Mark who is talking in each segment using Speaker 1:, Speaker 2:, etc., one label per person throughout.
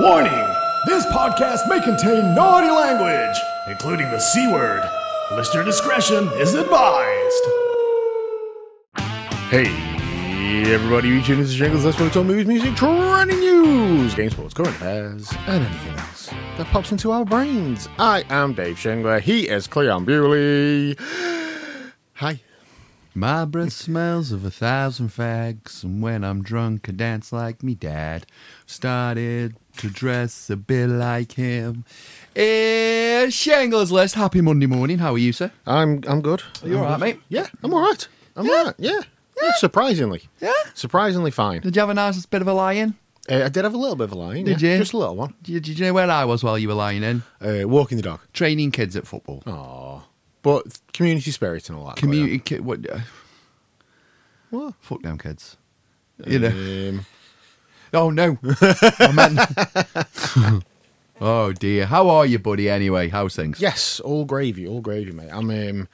Speaker 1: Warning! This podcast may contain naughty language, including the C word. Listener discretion is advised. Hey, everybody, you tune in to Jingles. Let's Total Movies, Music, Trending News, Game Sports, Current Affairs, and anything else that pops into our brains. I am Dave Schindler. He is Cleon Bewley. Hi.
Speaker 2: My breath smells of a thousand fags, and when I'm drunk, I dance like me dad. Started to dress a bit like him. It's Shangles List. Happy Monday morning. How are you, sir?
Speaker 3: I'm I'm good.
Speaker 2: You all right, mate?
Speaker 3: Yeah, I'm all right. I'm all right. Yeah. yeah. Surprisingly.
Speaker 2: Yeah.
Speaker 3: Surprisingly fine.
Speaker 2: Did you have a nice bit of a lie in?
Speaker 3: Uh, I did have a little bit of a line.
Speaker 2: Did
Speaker 3: yeah.
Speaker 2: you?
Speaker 3: Just a little one.
Speaker 2: Did you, did you know where I was while you were lying in?
Speaker 3: Uh, walking the dog.
Speaker 2: Training kids at football.
Speaker 3: Oh. But community spirit and all that.
Speaker 2: Community kid. What? Uh,
Speaker 3: What?
Speaker 2: Fuck them kids. You know.
Speaker 3: Um,
Speaker 2: Oh no. I meant- oh dear. How are you, buddy? Anyway, how's things?
Speaker 3: yes, all gravy, all gravy, mate. I'm um,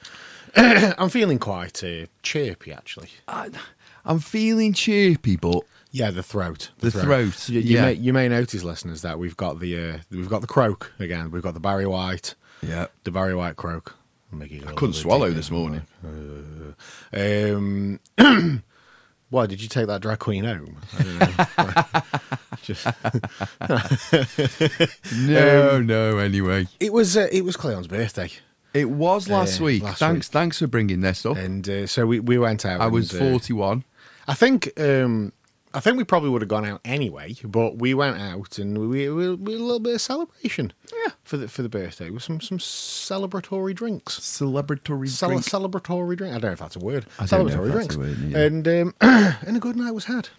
Speaker 3: I'm feeling quite uh, chirpy actually.
Speaker 2: I, I'm feeling chirpy, but
Speaker 3: Yeah, the throat.
Speaker 2: The throat,
Speaker 3: You, you
Speaker 2: yeah.
Speaker 3: may, you may notice, listeners, that we've got the uh, we've got the croak again. We've got the Barry White,
Speaker 2: yeah,
Speaker 3: the Barry White croak. Mickey I
Speaker 2: couldn't swallow this morning.
Speaker 3: Um, why did you take that drag queen home? I don't know. Just-
Speaker 2: No, Um, no. Anyway,
Speaker 3: it was uh, it was Cleon's birthday,
Speaker 2: it was last
Speaker 3: Uh,
Speaker 2: week.
Speaker 3: last
Speaker 2: thanks, thanks for bringing this up.
Speaker 3: and uh, so we, we went out.
Speaker 2: I was
Speaker 3: and, uh,
Speaker 2: 41.
Speaker 3: I think um, I think we probably would have gone out anyway, but we went out and we, we, we had a little bit of celebration.
Speaker 2: Yeah.
Speaker 3: for the for the birthday with some some celebratory drinks.
Speaker 2: Celebratory
Speaker 3: Cel-
Speaker 2: drink.
Speaker 3: Celebratory drink. I don't know if that's a word.
Speaker 2: I don't know
Speaker 3: celebratory
Speaker 2: if that's
Speaker 3: drinks.
Speaker 2: a word, neither.
Speaker 3: and um, and a good night was had.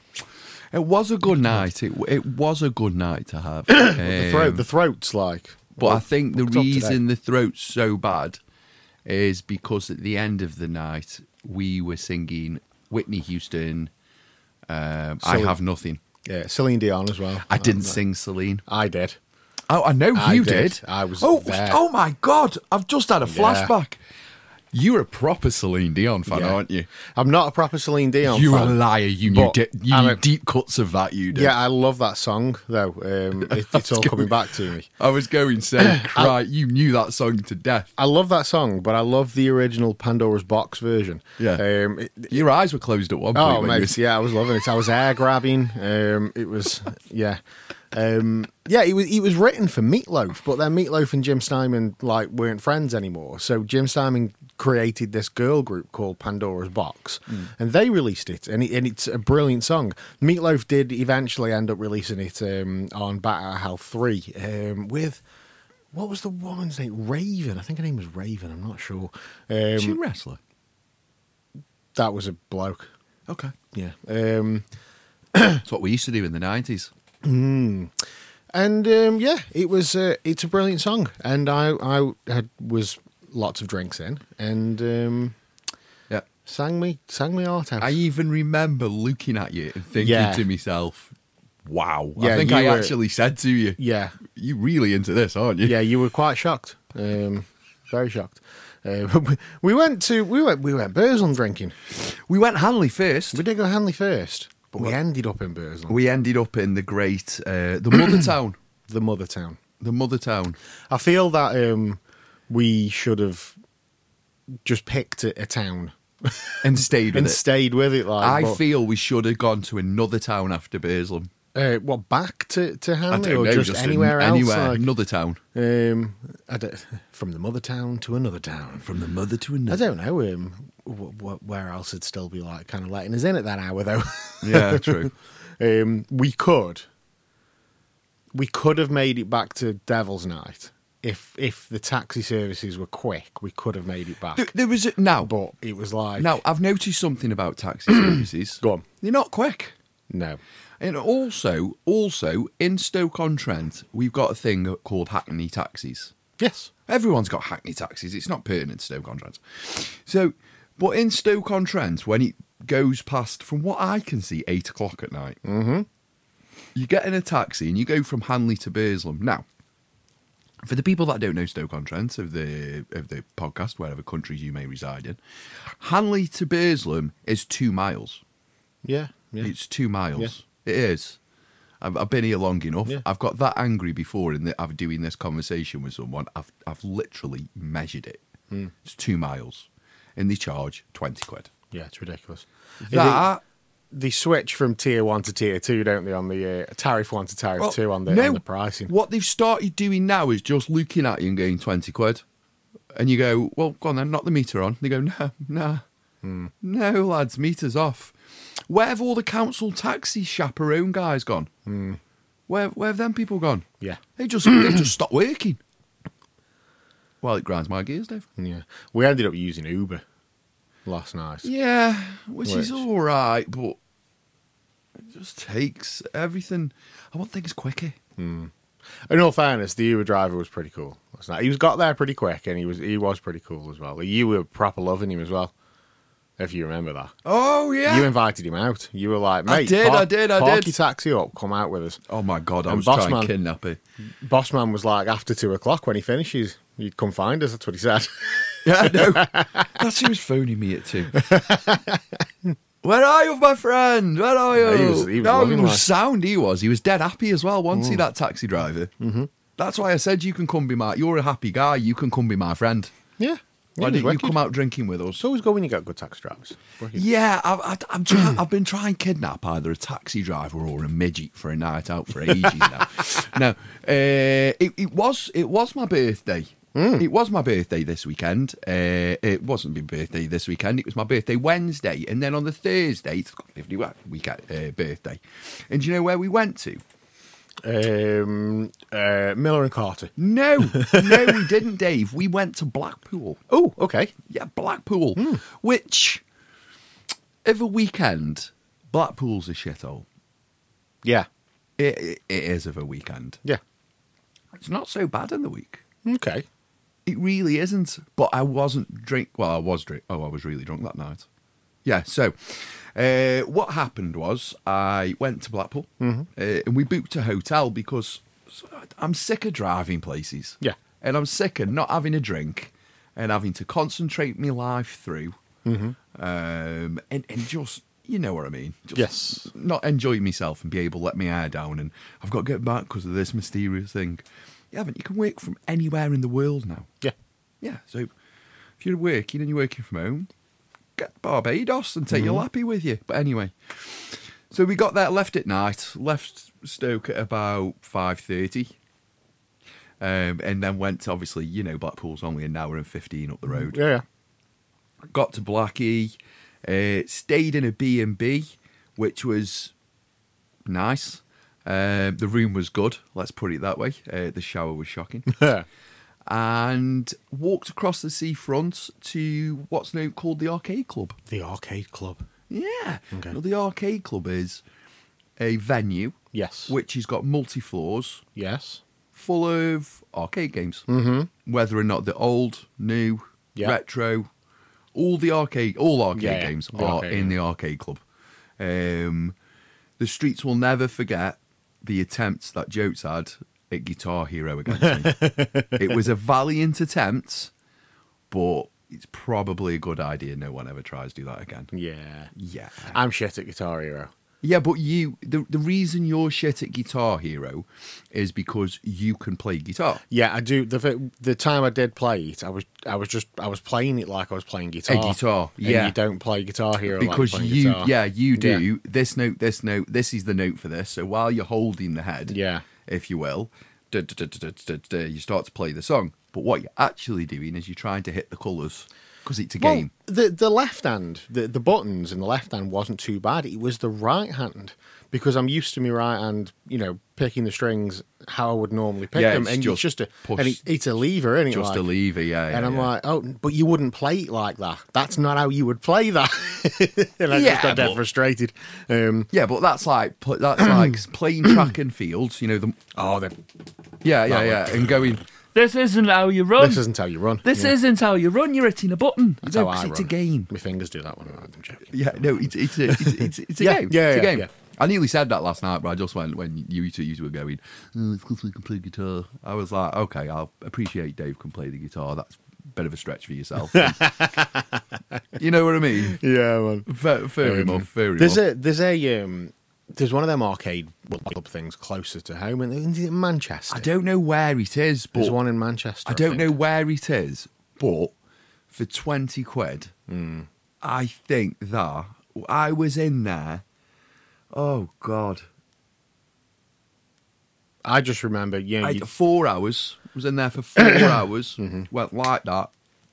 Speaker 2: It was a good night. It it was a good night to have. Um,
Speaker 3: The throat, the throat's like.
Speaker 2: But I think the
Speaker 3: fucked up today.
Speaker 2: reason the throat's so bad is because at the end of the night we were singing Whitney Houston. Um, I
Speaker 3: Celine.
Speaker 2: have nothing.
Speaker 3: Yeah, Celine Dion as well.
Speaker 2: I didn't sing Celine.
Speaker 3: I did.
Speaker 2: Oh, I know
Speaker 3: I
Speaker 2: you did.
Speaker 3: did. I was
Speaker 2: Oh,
Speaker 3: there.
Speaker 2: oh my God! I've just had a
Speaker 3: Yeah.
Speaker 2: flashback. You're a proper Celine Dion fan,
Speaker 3: Yeah.
Speaker 2: aren't you?
Speaker 3: I'm not a proper Celine Dion.
Speaker 2: You're a
Speaker 3: fan.
Speaker 2: liar. You knew
Speaker 3: But
Speaker 2: di- you
Speaker 3: I'm
Speaker 2: knew
Speaker 3: a-
Speaker 2: deep cuts of that. You did.
Speaker 3: Yeah, I love that song though. Um, it, it's all
Speaker 2: good.
Speaker 3: coming back to me.
Speaker 2: I was going to say, right? You knew that song to death.
Speaker 3: I love that song, but I love the original Pandora's Box version.
Speaker 2: Yeah.
Speaker 3: Um, it,
Speaker 2: Your eyes were closed at one point.
Speaker 3: oh,
Speaker 2: when you
Speaker 3: mate,
Speaker 2: was-
Speaker 3: yeah, I was loving it. I was air grabbing. Um, it was, yeah, um, yeah. It was it was written for Meatloaf, but then Meatloaf and Jim Steinman like weren't friends anymore. So Jim Steinman created this girl group called Pandora's Box,
Speaker 2: Mm.
Speaker 3: and they released it, and, it, and it's a brilliant song. Meatloaf did eventually end up releasing it um, on Bat Health Three um, with. What was the woman's name? Raven. I think her name was Raven. I'm not sure.
Speaker 2: Is she a
Speaker 3: Um,
Speaker 2: wrestler?
Speaker 3: that was a bloke.
Speaker 2: Okay.
Speaker 3: Yeah. Um,
Speaker 2: That's what we used to do in the 90s.
Speaker 3: And um, yeah, it was uh, it's a brilliant song, and I I had was lots of drinks in and um,
Speaker 2: Yeah.
Speaker 3: sang me sang me heart out.
Speaker 2: I even remember looking at you and thinking
Speaker 3: Yeah.
Speaker 2: to myself, wow. I
Speaker 3: Yeah,
Speaker 2: think
Speaker 3: you
Speaker 2: I
Speaker 3: were-
Speaker 2: actually said to you,
Speaker 3: yeah,
Speaker 2: you really into this, aren't you?
Speaker 3: yeah, you were quite shocked, um, very shocked. Uh, we went to we went we went Burslem drinking.
Speaker 2: We went Hanley first.
Speaker 3: We did go Hanley first, but we ended up in Burslem,
Speaker 2: We ended up in the great, uh, the mother town.
Speaker 3: the mother town.
Speaker 2: The mother town.
Speaker 3: I feel that um, we should have just picked a, a town
Speaker 2: And stayed with
Speaker 3: and
Speaker 2: it.
Speaker 3: stayed with it. Like
Speaker 2: I
Speaker 3: but-
Speaker 2: feel we should have gone to another town after Burslem.
Speaker 3: uh, what back to to
Speaker 2: I
Speaker 3: Hanley
Speaker 2: don't
Speaker 3: Oh, or
Speaker 2: know,
Speaker 3: just,
Speaker 2: Justin.
Speaker 3: anywhere else?
Speaker 2: Anywhere,
Speaker 3: like-
Speaker 2: another town.
Speaker 3: Um, I don't, from the mother town to another town.
Speaker 2: From the mother to
Speaker 3: I
Speaker 2: another.
Speaker 3: don't know um, wh- wh- where else it'd still be like kind of letting us in at that hour though.
Speaker 2: Yeah, true.
Speaker 3: um, we could, we could have made it back to Devil's Night if if the taxi services were quick. We could have made it back,
Speaker 2: There, there was a, now,
Speaker 3: but it was like
Speaker 2: now I've noticed something about taxi services.
Speaker 3: Go on.
Speaker 2: They're not quick.
Speaker 3: no,
Speaker 2: And also, also in Stoke-on-Trent, we've got a thing called Hackney taxis.
Speaker 3: yes,
Speaker 2: Everyone's got Hackney taxis. It's not pertinent to Stoke-on-Trent. So, but in Stoke-on-Trent, when it goes past, from what I can see, eight o'clock at night, mm-hmm. you get in a taxi and you go from Hanley to Burslem. Now, for the people that don't know Stoke-on-Trent of the of the podcast, wherever countries you may reside in, Hanley to Burslem is two miles.
Speaker 3: yeah, yeah.
Speaker 2: It's two miles. It is. I've, I've been here long enough.
Speaker 3: Yeah.
Speaker 2: I've got that angry before in that I'm doing this conversation with someone. I've I've literally measured it.
Speaker 3: Hmm.
Speaker 2: It's two miles, and they charge twenty quid.
Speaker 3: Yeah, it's ridiculous.
Speaker 2: That
Speaker 3: They switch from tier one to tier two, don't they? On the uh, tariff one to tariff
Speaker 2: Well,
Speaker 3: two on the,
Speaker 2: no,
Speaker 3: on the pricing.
Speaker 2: What they've started doing now is just looking at you and going twenty quid, and you go, "Well, go on then, knock the meter on." They go, "No, no,
Speaker 3: Hmm.
Speaker 2: no, lads, meters off." Where have all the council taxi chaperone guys gone?
Speaker 3: Hmm.
Speaker 2: Where where have them people gone?
Speaker 3: Yeah.
Speaker 2: they just they just stopped working. Well, it grinds my gears, Dave.
Speaker 3: Yeah, we ended up using Uber last night.
Speaker 2: Yeah, which,
Speaker 3: Which-
Speaker 2: is all right, but it just takes everything. I want things quicker.
Speaker 3: In all fairness, the Uber driver was pretty cool last night. He was got there pretty quick, and he was he was pretty cool as well. You were proper loving him as well, if you remember that.
Speaker 2: Oh yeah,
Speaker 3: You invited him out. You were like,
Speaker 2: I
Speaker 3: mate,
Speaker 2: did,
Speaker 3: park-
Speaker 2: I did, I
Speaker 3: park
Speaker 2: did."
Speaker 3: your taxi up, come out with us.
Speaker 2: Oh my god, I
Speaker 3: And
Speaker 2: was
Speaker 3: boss
Speaker 2: trying
Speaker 3: man.
Speaker 2: to kidnap her.
Speaker 3: Bossman was like, after two o'clock when he finishes, you'd come find us. That's what he said.
Speaker 2: Yeah, no. That's who was phoning me at two. Where are you, my friend? Where are you?
Speaker 3: Yeah, he was- he was
Speaker 2: no,
Speaker 3: loving
Speaker 2: he was
Speaker 3: life. Mm.
Speaker 2: sound he was. He was dead happy as well, wasn't he, that taxi driver? Mm-hmm. That's why I said you can come be my... You're a happy guy. You can come be my friend.
Speaker 3: yeah,
Speaker 2: Why
Speaker 3: did
Speaker 2: didn't you come out drinking with us?
Speaker 3: It's always good when you got good taxi drivers. Wicked.
Speaker 2: Yeah, I've, I, I'm try- I've been trying to kidnap either a taxi driver or a midget for a night out for ages now. now, uh, it, it was it was my birthday. It was my birthday this weekend. Uh, it wasn't my birthday this weekend. It was my birthday Wednesday, and then on the Thursday, it's got a week weekend uh, birthday. And do you know where we went to?
Speaker 3: Um, uh, Miller and Carter.
Speaker 2: No, no, we didn't, Dave. We went to Blackpool.
Speaker 3: Oh, okay.
Speaker 2: Yeah, Blackpool, which every weekend, Blackpool's a shithole.
Speaker 3: Yeah,
Speaker 2: It, it, it is of a weekend.
Speaker 3: yeah.
Speaker 2: It's not so bad in the week.
Speaker 3: Okay.
Speaker 2: It really isn't. But I wasn't drink. Well, I was drink. Oh, I was really drunk that night. Yeah. So, uh, what happened was I went to Blackpool
Speaker 3: Mm-hmm.
Speaker 2: uh, and we booked a hotel because I'm sick of driving places.
Speaker 3: Yeah.
Speaker 2: And I'm sick of not having a drink and having to concentrate my life through.
Speaker 3: Mm-hmm.
Speaker 2: Um, and, and just, you know what I mean? Just
Speaker 3: Yes.
Speaker 2: Not enjoy myself and be able to let my hair down and I've got to get back because of this mysterious thing. You haven't. You can work from anywhere in the world now.
Speaker 3: Yeah.
Speaker 2: Yeah. So if you're working and you're working from home, get Barbados and take your lappy with you. But anyway, so we got there, left at night, left Stoke at about five thirty, um, and then went to obviously you know Blackpool's only an hour and fifteen up the road.
Speaker 3: Yeah. yeah.
Speaker 2: Got to Blackie, uh, stayed in a B and B, which was nice. Um, the room was good. Let's put it that way. Uh, the shower was shocking
Speaker 3: Yeah.
Speaker 2: and walked across the seafront to what's now called the Arcade Club.
Speaker 3: The arcade club.
Speaker 2: Yeah.
Speaker 3: Okay.
Speaker 2: Now, the Arcade Club is a venue
Speaker 3: Yes.
Speaker 2: which has got multi floors
Speaker 3: yes.
Speaker 2: full of arcade games. Mm-hmm. Whether or not they're old, new,
Speaker 3: Yeah.
Speaker 2: retro, all the arcade, all arcade
Speaker 3: Yeah, yeah.
Speaker 2: games
Speaker 3: The
Speaker 2: are
Speaker 3: arcade,
Speaker 2: in
Speaker 3: yeah.
Speaker 2: the Arcade Club. Um, the streets will never forget the attempts that Jotes had at Guitar Hero against me. it was a valiant attempt, but it's probably a good idea. No one ever tries to do that again.
Speaker 3: Yeah.
Speaker 2: Yeah.
Speaker 3: I'm shit at Guitar Hero.
Speaker 2: Yeah, but you, the, the reason you're shit at Guitar Hero is because you can play guitar.
Speaker 3: Yeah, I do. The fi- the time I did play it, I was I was just I was playing it like I was playing guitar.
Speaker 2: guitar,
Speaker 3: And
Speaker 2: yeah.
Speaker 3: you don't play Guitar Hero like
Speaker 2: because
Speaker 3: playing
Speaker 2: you
Speaker 3: guitar.
Speaker 2: yeah you do this note this note this is the note for this so while you're holding the head
Speaker 3: Yeah.
Speaker 2: if you will duh, duh, duh, duh, duh, duh, duh, you start to play the song but what you're actually doing is you're trying to hit the colours because it's a
Speaker 3: Well,
Speaker 2: game
Speaker 3: the the left hand, the the buttons in the left hand wasn't too bad. It was the right hand because I'm used to my right hand, you know, picking the strings how I would normally pick
Speaker 2: Yeah,
Speaker 3: them,
Speaker 2: it's
Speaker 3: and
Speaker 2: just
Speaker 3: it's just a
Speaker 2: push-
Speaker 3: and it, it's a lever, isn't it?
Speaker 2: just
Speaker 3: like?
Speaker 2: a lever yeah, yeah
Speaker 3: and I'm
Speaker 2: yeah.
Speaker 3: like, oh, but you wouldn't play it like that. That's not how you would play that. and I
Speaker 2: Yeah,
Speaker 3: just got dead
Speaker 2: but-
Speaker 3: frustrated. Um,
Speaker 2: yeah but that's like pl- that's like playing track and fields you know the
Speaker 3: oh, the,
Speaker 2: yeah yeah yeah and going
Speaker 4: This isn't how you run.
Speaker 2: Um,
Speaker 3: this isn't how you run.
Speaker 4: This
Speaker 3: Yeah.
Speaker 4: isn't how you run. You're hitting a button.
Speaker 2: you
Speaker 3: That's
Speaker 2: know,
Speaker 3: how
Speaker 2: 'cause
Speaker 3: I
Speaker 2: it's a
Speaker 3: run.
Speaker 2: game
Speaker 3: My fingers do that when I'm joking.
Speaker 2: Yeah, no, it's it's a, it's, it's, it's a
Speaker 3: Yeah,
Speaker 2: game.
Speaker 3: yeah,
Speaker 2: it's a
Speaker 3: yeah,
Speaker 2: game.
Speaker 3: yeah.
Speaker 2: I nearly said that last night, but I just went when you two, you two were going. Oh, it's because we can play guitar. I was like, okay, I'll appreciate Dave can play the guitar. That's a bit of a stretch for yourself. you know what I mean?
Speaker 3: Yeah, man.
Speaker 2: Fair, fair enough. Fair
Speaker 3: There's
Speaker 2: enough.
Speaker 3: a there's a um There's one of them arcade club things closer to home, and is it Manchester?
Speaker 2: I don't know where it is, but
Speaker 3: There's one in Manchester.
Speaker 2: I don't
Speaker 3: think.
Speaker 2: know where it is, but for 20 quid,
Speaker 3: Hmm.
Speaker 2: I think that I was in there. Oh, God.
Speaker 3: I just remember, yeah,
Speaker 2: I,
Speaker 3: you,
Speaker 2: four hours. Was in there for four hours. Went like that.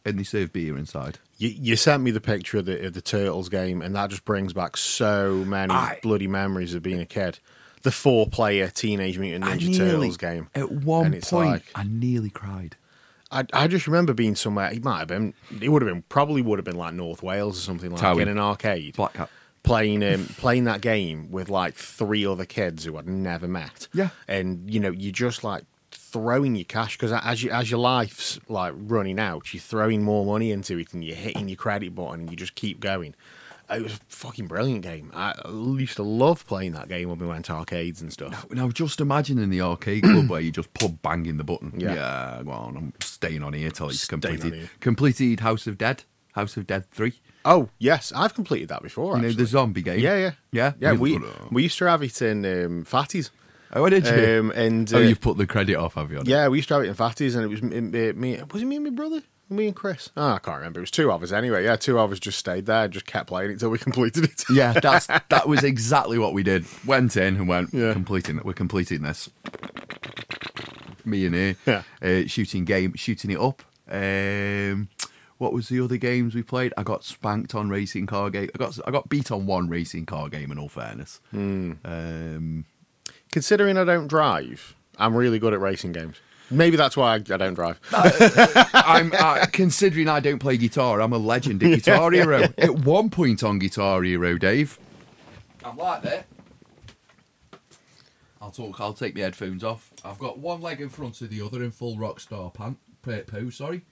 Speaker 2: And they served beer inside.
Speaker 3: you, you sent me the picture of the, of the Turtles game, and that just brings back so many
Speaker 2: I-
Speaker 3: bloody memories of being a kid. The four-player Teenage Mutant
Speaker 2: I
Speaker 3: Ninja
Speaker 2: nearly- Oh.
Speaker 3: Turtles game.
Speaker 2: At one
Speaker 3: And it's
Speaker 2: point,
Speaker 3: like-
Speaker 2: I nearly cried.
Speaker 3: I, I just remember being somewhere. It might have been. It would have been. Probably would have been like North Wales or something like
Speaker 2: Towing.
Speaker 3: in an arcade,
Speaker 2: Black Hat.
Speaker 3: playing um, playing that game with like three other kids who I'd never met.
Speaker 2: Yeah.
Speaker 3: and you know you're just like throwing your cash because as you as your life's like running out, you're throwing more money into it and you're hitting your credit button and you just keep going. It was a fucking brilliant game. I used to love playing that game when we went to arcades and stuff.
Speaker 2: Now, just imagine in the arcade club where you just pub banging the button.
Speaker 3: Yeah.
Speaker 2: yeah go on. I'm staying on here till it's
Speaker 3: Staying on
Speaker 2: completed.
Speaker 3: here.
Speaker 2: Completed House of Dead. House of Dead 3.
Speaker 3: Oh yes, I've completed that before.
Speaker 2: You know,
Speaker 3: actually.
Speaker 2: the zombie game.
Speaker 3: Yeah, yeah,
Speaker 2: Yeah?
Speaker 3: yeah. We
Speaker 2: Oh, no.
Speaker 3: we used to have it in um, Fatties,
Speaker 2: Oh, I did you?
Speaker 3: um, and uh,
Speaker 2: oh, you've put the credit off, have you?
Speaker 3: yeah, we used to have it in Fatties, and it was m- m- me. Was it me and my brother? Me and Chris. Ah, I can't remember. It was two of us anyway. Yeah, two of us just stayed there, and just kept playing it till we completed it.
Speaker 2: Yeah, that's that was exactly what we did. Went in and went,
Speaker 3: Yeah.
Speaker 2: completing it. We're completing this. Me and here,
Speaker 3: Yeah.
Speaker 2: uh, shooting game, shooting it up. Um, what was the other games we played? I got spanked on racing car game. I got I got beat on one racing car game. In all fairness,
Speaker 3: Hmm.
Speaker 2: um,
Speaker 3: Considering I don't drive, I'm really good at racing games. Maybe that's why I, I don't drive.
Speaker 2: Ah. I'm I, considering I don't play guitar. I'm a legend at Guitar Hero. At one point on Guitar Hero, Dave, I'm like that. I'll talk. I'll take my headphones off. I've got one leg in front of the other in full rock star pant pa- pose. Sorry,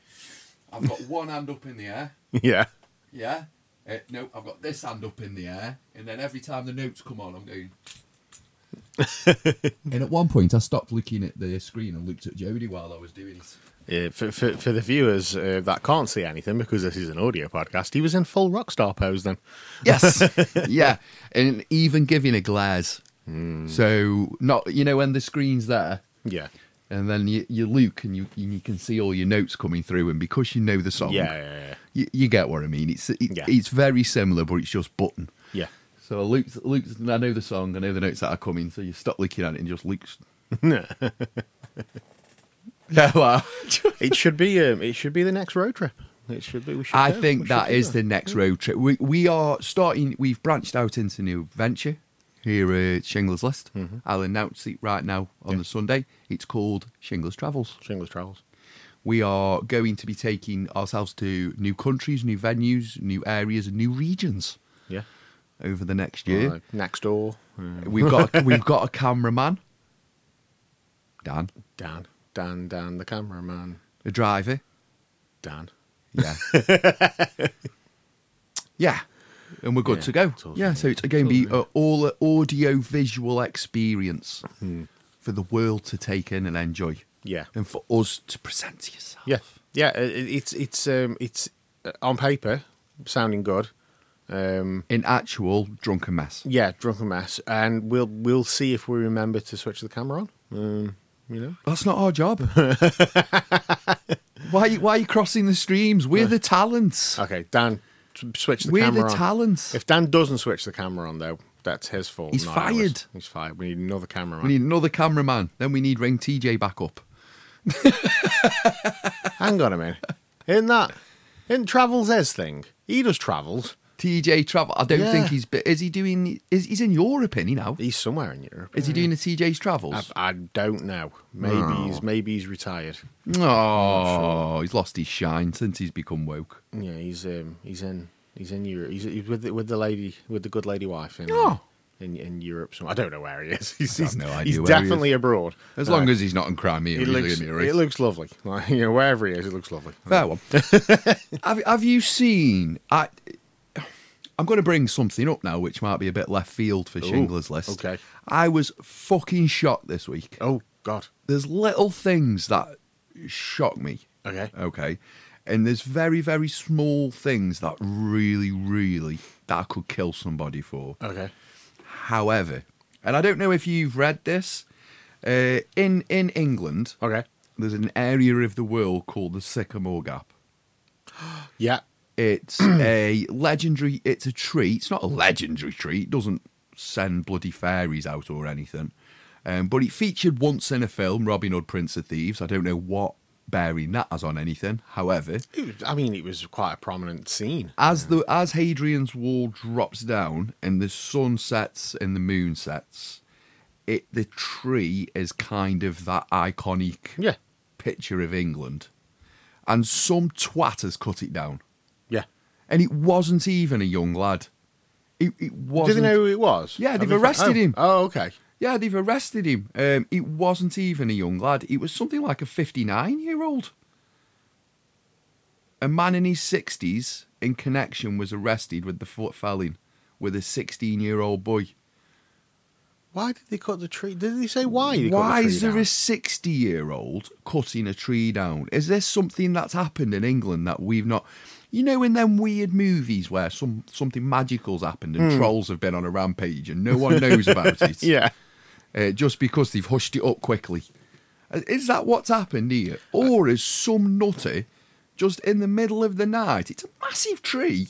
Speaker 2: I've got one hand up in the air.
Speaker 3: yeah,
Speaker 2: Yeah. Uh, no, I've got this hand up in the air, and then every time the notes come on, I'm going. and at one point, I stopped looking at the screen and looked at Jodie while I was doing it.
Speaker 3: yeah Uh, for, for for the viewers uh, that can't see anything because this is an audio podcast, he was in full rock star pose then.
Speaker 2: Yes. yeah. And even giving a glares.
Speaker 3: Hmm.
Speaker 2: So not you know when the screen's there
Speaker 3: Yeah,
Speaker 2: and then you, you look and you you can see all your notes coming through and because you know the song.
Speaker 3: yeah, yeah, yeah.
Speaker 2: You, you get what I mean. It's it,
Speaker 3: Yeah.
Speaker 2: it's very similar but it's just button.
Speaker 3: yeah.
Speaker 2: So I looked looked and I know the song, I know the notes that are coming, so you stop looking at it and just looks Yeah, well,
Speaker 3: It should be um, it should be the next road trip. It should be. We should
Speaker 2: I
Speaker 3: go. We
Speaker 2: think
Speaker 3: should
Speaker 2: that
Speaker 3: do
Speaker 2: is the next road trip. We we are starting. We've branched out into new venture here at Shingler's List.
Speaker 3: Mm-hmm.
Speaker 2: I'll announce it right now on the Sunday. It's called Shingler's Travels.
Speaker 3: Shingles Travels.
Speaker 2: We are going to be taking ourselves to new countries, new venues, new areas, and new regions
Speaker 3: Yeah.
Speaker 2: over the next year.
Speaker 3: Like, next door. Um,
Speaker 2: We've got we've got a cameraman, Dan,
Speaker 3: Dan. Dan, Dan, the cameraman.
Speaker 2: a driver,
Speaker 3: Dan.
Speaker 2: Yeah. yeah. And we're good
Speaker 3: Yeah,
Speaker 2: to go.
Speaker 3: it's awesome.
Speaker 2: Yeah, so it's going to be a, all an audio visual experience
Speaker 3: Hmm.
Speaker 2: for the world to take in and enjoy.
Speaker 3: Yeah.
Speaker 2: And for us to present to yourself.
Speaker 3: Yeah. Yeah. i- i- It's, it's, um, it's uh, on paper sounding good. Um,
Speaker 2: In actual drunken mess.
Speaker 3: yeah, drunken mess. And we'll, we'll see if we remember to switch the camera on. Um, you know?
Speaker 2: That's not our job. why, why are you crossing the streams? We're the talents.
Speaker 3: Okay, Dan, t- switch Uh, the
Speaker 2: We're
Speaker 3: camera
Speaker 2: the
Speaker 3: on.
Speaker 2: talents.
Speaker 3: If Dan doesn't switch the camera on, though, that's his fault.
Speaker 2: He's
Speaker 3: not ours.
Speaker 2: fired.
Speaker 3: He's fired. We need another camera.
Speaker 2: We need another cameraman. Then we need Ring TJ back up.
Speaker 3: Hang on a minute. In that, in TravelsEz thing, he does travels.
Speaker 2: TJ travel. I don't
Speaker 3: Yeah.
Speaker 2: think he's. Is he doing? Is he's in Europe? Any now?
Speaker 3: He's somewhere in Europe.
Speaker 2: Is he doing the TJ's
Speaker 3: I,
Speaker 2: travels?
Speaker 3: I don't know. Maybe he's maybe he's retired.
Speaker 2: Oh, he's lost his shine since he's become woke.
Speaker 3: Yeah, he's um, he's in he's in Europe. He's, he's with the, with the lady with the good lady wife in uh,
Speaker 2: Oh.
Speaker 3: in, in Europe. somewhere. I don't know where he is. He's,
Speaker 2: I've
Speaker 3: he's,
Speaker 2: no idea
Speaker 3: he's
Speaker 2: where he is.
Speaker 3: definitely abroad.
Speaker 2: As
Speaker 3: Uh,
Speaker 2: long as he's not in Crimea,
Speaker 3: it
Speaker 2: he's
Speaker 3: looks
Speaker 2: in Europe.
Speaker 3: it looks lovely. Like, you know, wherever he is, it looks lovely.
Speaker 2: Fair one. have, have you seen? I, I'm going to bring something up now, which might be a bit left field for Shingler's list.
Speaker 3: okay.
Speaker 2: I was fucking shocked this week.
Speaker 3: Oh God.
Speaker 2: There's little things that shock me.
Speaker 3: Okay.
Speaker 2: Okay. And there's very, very small things that really, really that I could kill somebody for.
Speaker 3: Okay.
Speaker 2: However, And I don't know if you've read this. Uh, in in England,
Speaker 3: Okay.
Speaker 2: there's an area of the world called the Sycamore Gap.
Speaker 3: Yeah.
Speaker 2: It's a legendary. It's a tree. It's not a legendary tree. It doesn't send bloody fairies out or anything. Um, but it featured once in a film, Robin Hood, Prince of Thieves. I don't know what bearing that has on anything. However,
Speaker 3: It was- I mean, it was quite a prominent scene.
Speaker 2: as the as Hadrian's Wall drops down and the sun sets and the moon sets, it the tree is kind of that iconic
Speaker 3: Yeah.
Speaker 2: picture of England, and some twat has cut it down.
Speaker 3: Yeah.
Speaker 2: and it wasn't even a young lad. It, it
Speaker 3: Do they
Speaker 2: wasn't.
Speaker 3: know who it was?
Speaker 2: Yeah,
Speaker 3: Have
Speaker 2: they've
Speaker 3: they fi-
Speaker 2: arrested
Speaker 3: oh.
Speaker 2: him.
Speaker 3: Oh, okay.
Speaker 2: Yeah, they've arrested him. Um, it wasn't even a young lad. It was something like a fifty-nine-year-old. A man in his sixties in connection was arrested with the foot felling with a sixteen-year-old boy.
Speaker 3: Why did they cut the tree? Did they say why? They
Speaker 2: Why
Speaker 3: cut the tree
Speaker 2: is there
Speaker 3: down?
Speaker 2: a sixty-year-old cutting a tree down? Is there something that's happened in England that we've not? You know, in them weird movies where some something magical's happened and
Speaker 3: Hmm.
Speaker 2: trolls have been on a rampage and no one knows about it.
Speaker 3: Yeah.
Speaker 2: uh, just because they've hushed it up quickly. Uh, Is that what's happened here? Or is some nutty just in the middle of the night? It's a massive tree.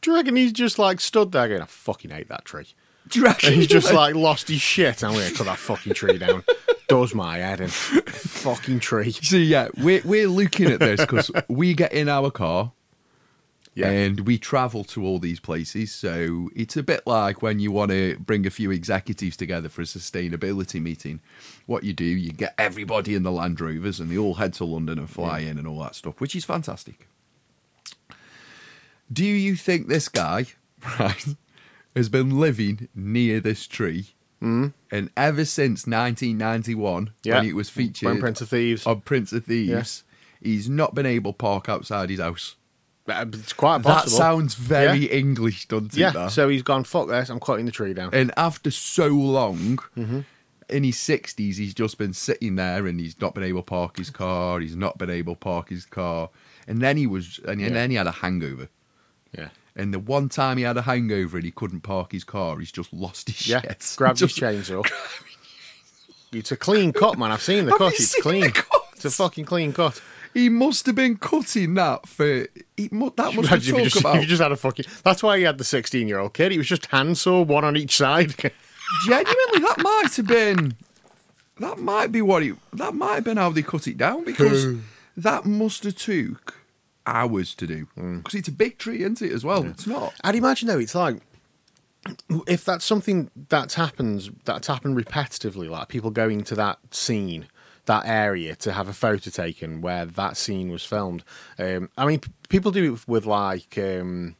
Speaker 3: Do you reckon he's just like stood there going, I fucking hate that tree?
Speaker 2: Do you reckon
Speaker 3: And he's just like lost his shit. I'm going to cut that fucking tree down. Does my head in. fucking tree.
Speaker 2: See, yeah, we're, we're looking at this because we get in our car
Speaker 3: Yeah.
Speaker 2: and we travel to all these places. So it's a bit like when you want to bring a few executives together for a sustainability meeting. What you do, you get everybody in the Land Rovers and they all head to London and fly in and all that stuff, which is fantastic. Do you think this guy, right, has been living near this tree? And ever since 1991,
Speaker 3: Hmm. Yeah.
Speaker 2: when it was featured Oh.
Speaker 3: When Prince of Thieves.
Speaker 2: on Prince of Thieves, he's not been able to park outside his house.
Speaker 3: Uh, It's quite
Speaker 2: That
Speaker 3: possible.
Speaker 2: sounds very
Speaker 3: Yeah.
Speaker 2: English, doesn't it?
Speaker 3: Yeah.
Speaker 2: that?
Speaker 3: So he's gone, fuck this. I'm cutting the tree down.
Speaker 2: and after so long,
Speaker 3: Mm-hmm.
Speaker 2: in his sixties, he's just been sitting there and he's not been able to park his car. He's not been able to park his car, and then he was, and,
Speaker 3: Yeah.
Speaker 2: and then he had a hangover.
Speaker 3: yeah.
Speaker 2: And the one time he had a hangover and he couldn't park his car, he's just lost his
Speaker 3: Yeah.
Speaker 2: shit.
Speaker 3: Grabbed
Speaker 2: just,
Speaker 3: his chainsaw. It's a clean cut, man. I've seen the
Speaker 2: Have
Speaker 3: cut.
Speaker 2: you
Speaker 3: It's
Speaker 2: seen
Speaker 3: clean.
Speaker 2: the cut?
Speaker 3: It's a fucking clean cut.
Speaker 2: He must have been cutting that for. He, mu- that must
Speaker 3: Imagine
Speaker 2: have
Speaker 3: if
Speaker 2: talk
Speaker 3: you, just, if
Speaker 2: about
Speaker 3: you just had a fucking. That's why he had the 16 year old kid. He was just handsaw, one on each side.
Speaker 2: genuinely that might have been that might be what he that might have been how they cut it down because that must have took hours to do because it's a big tree isn't it as well it's not
Speaker 3: I'd imagine though, it's like if that's something that's happens that's happened repetitively, like people going to that scene, that area to have a photo taken where that scene was filmed. Um, I mean, p- people do it with like. Um,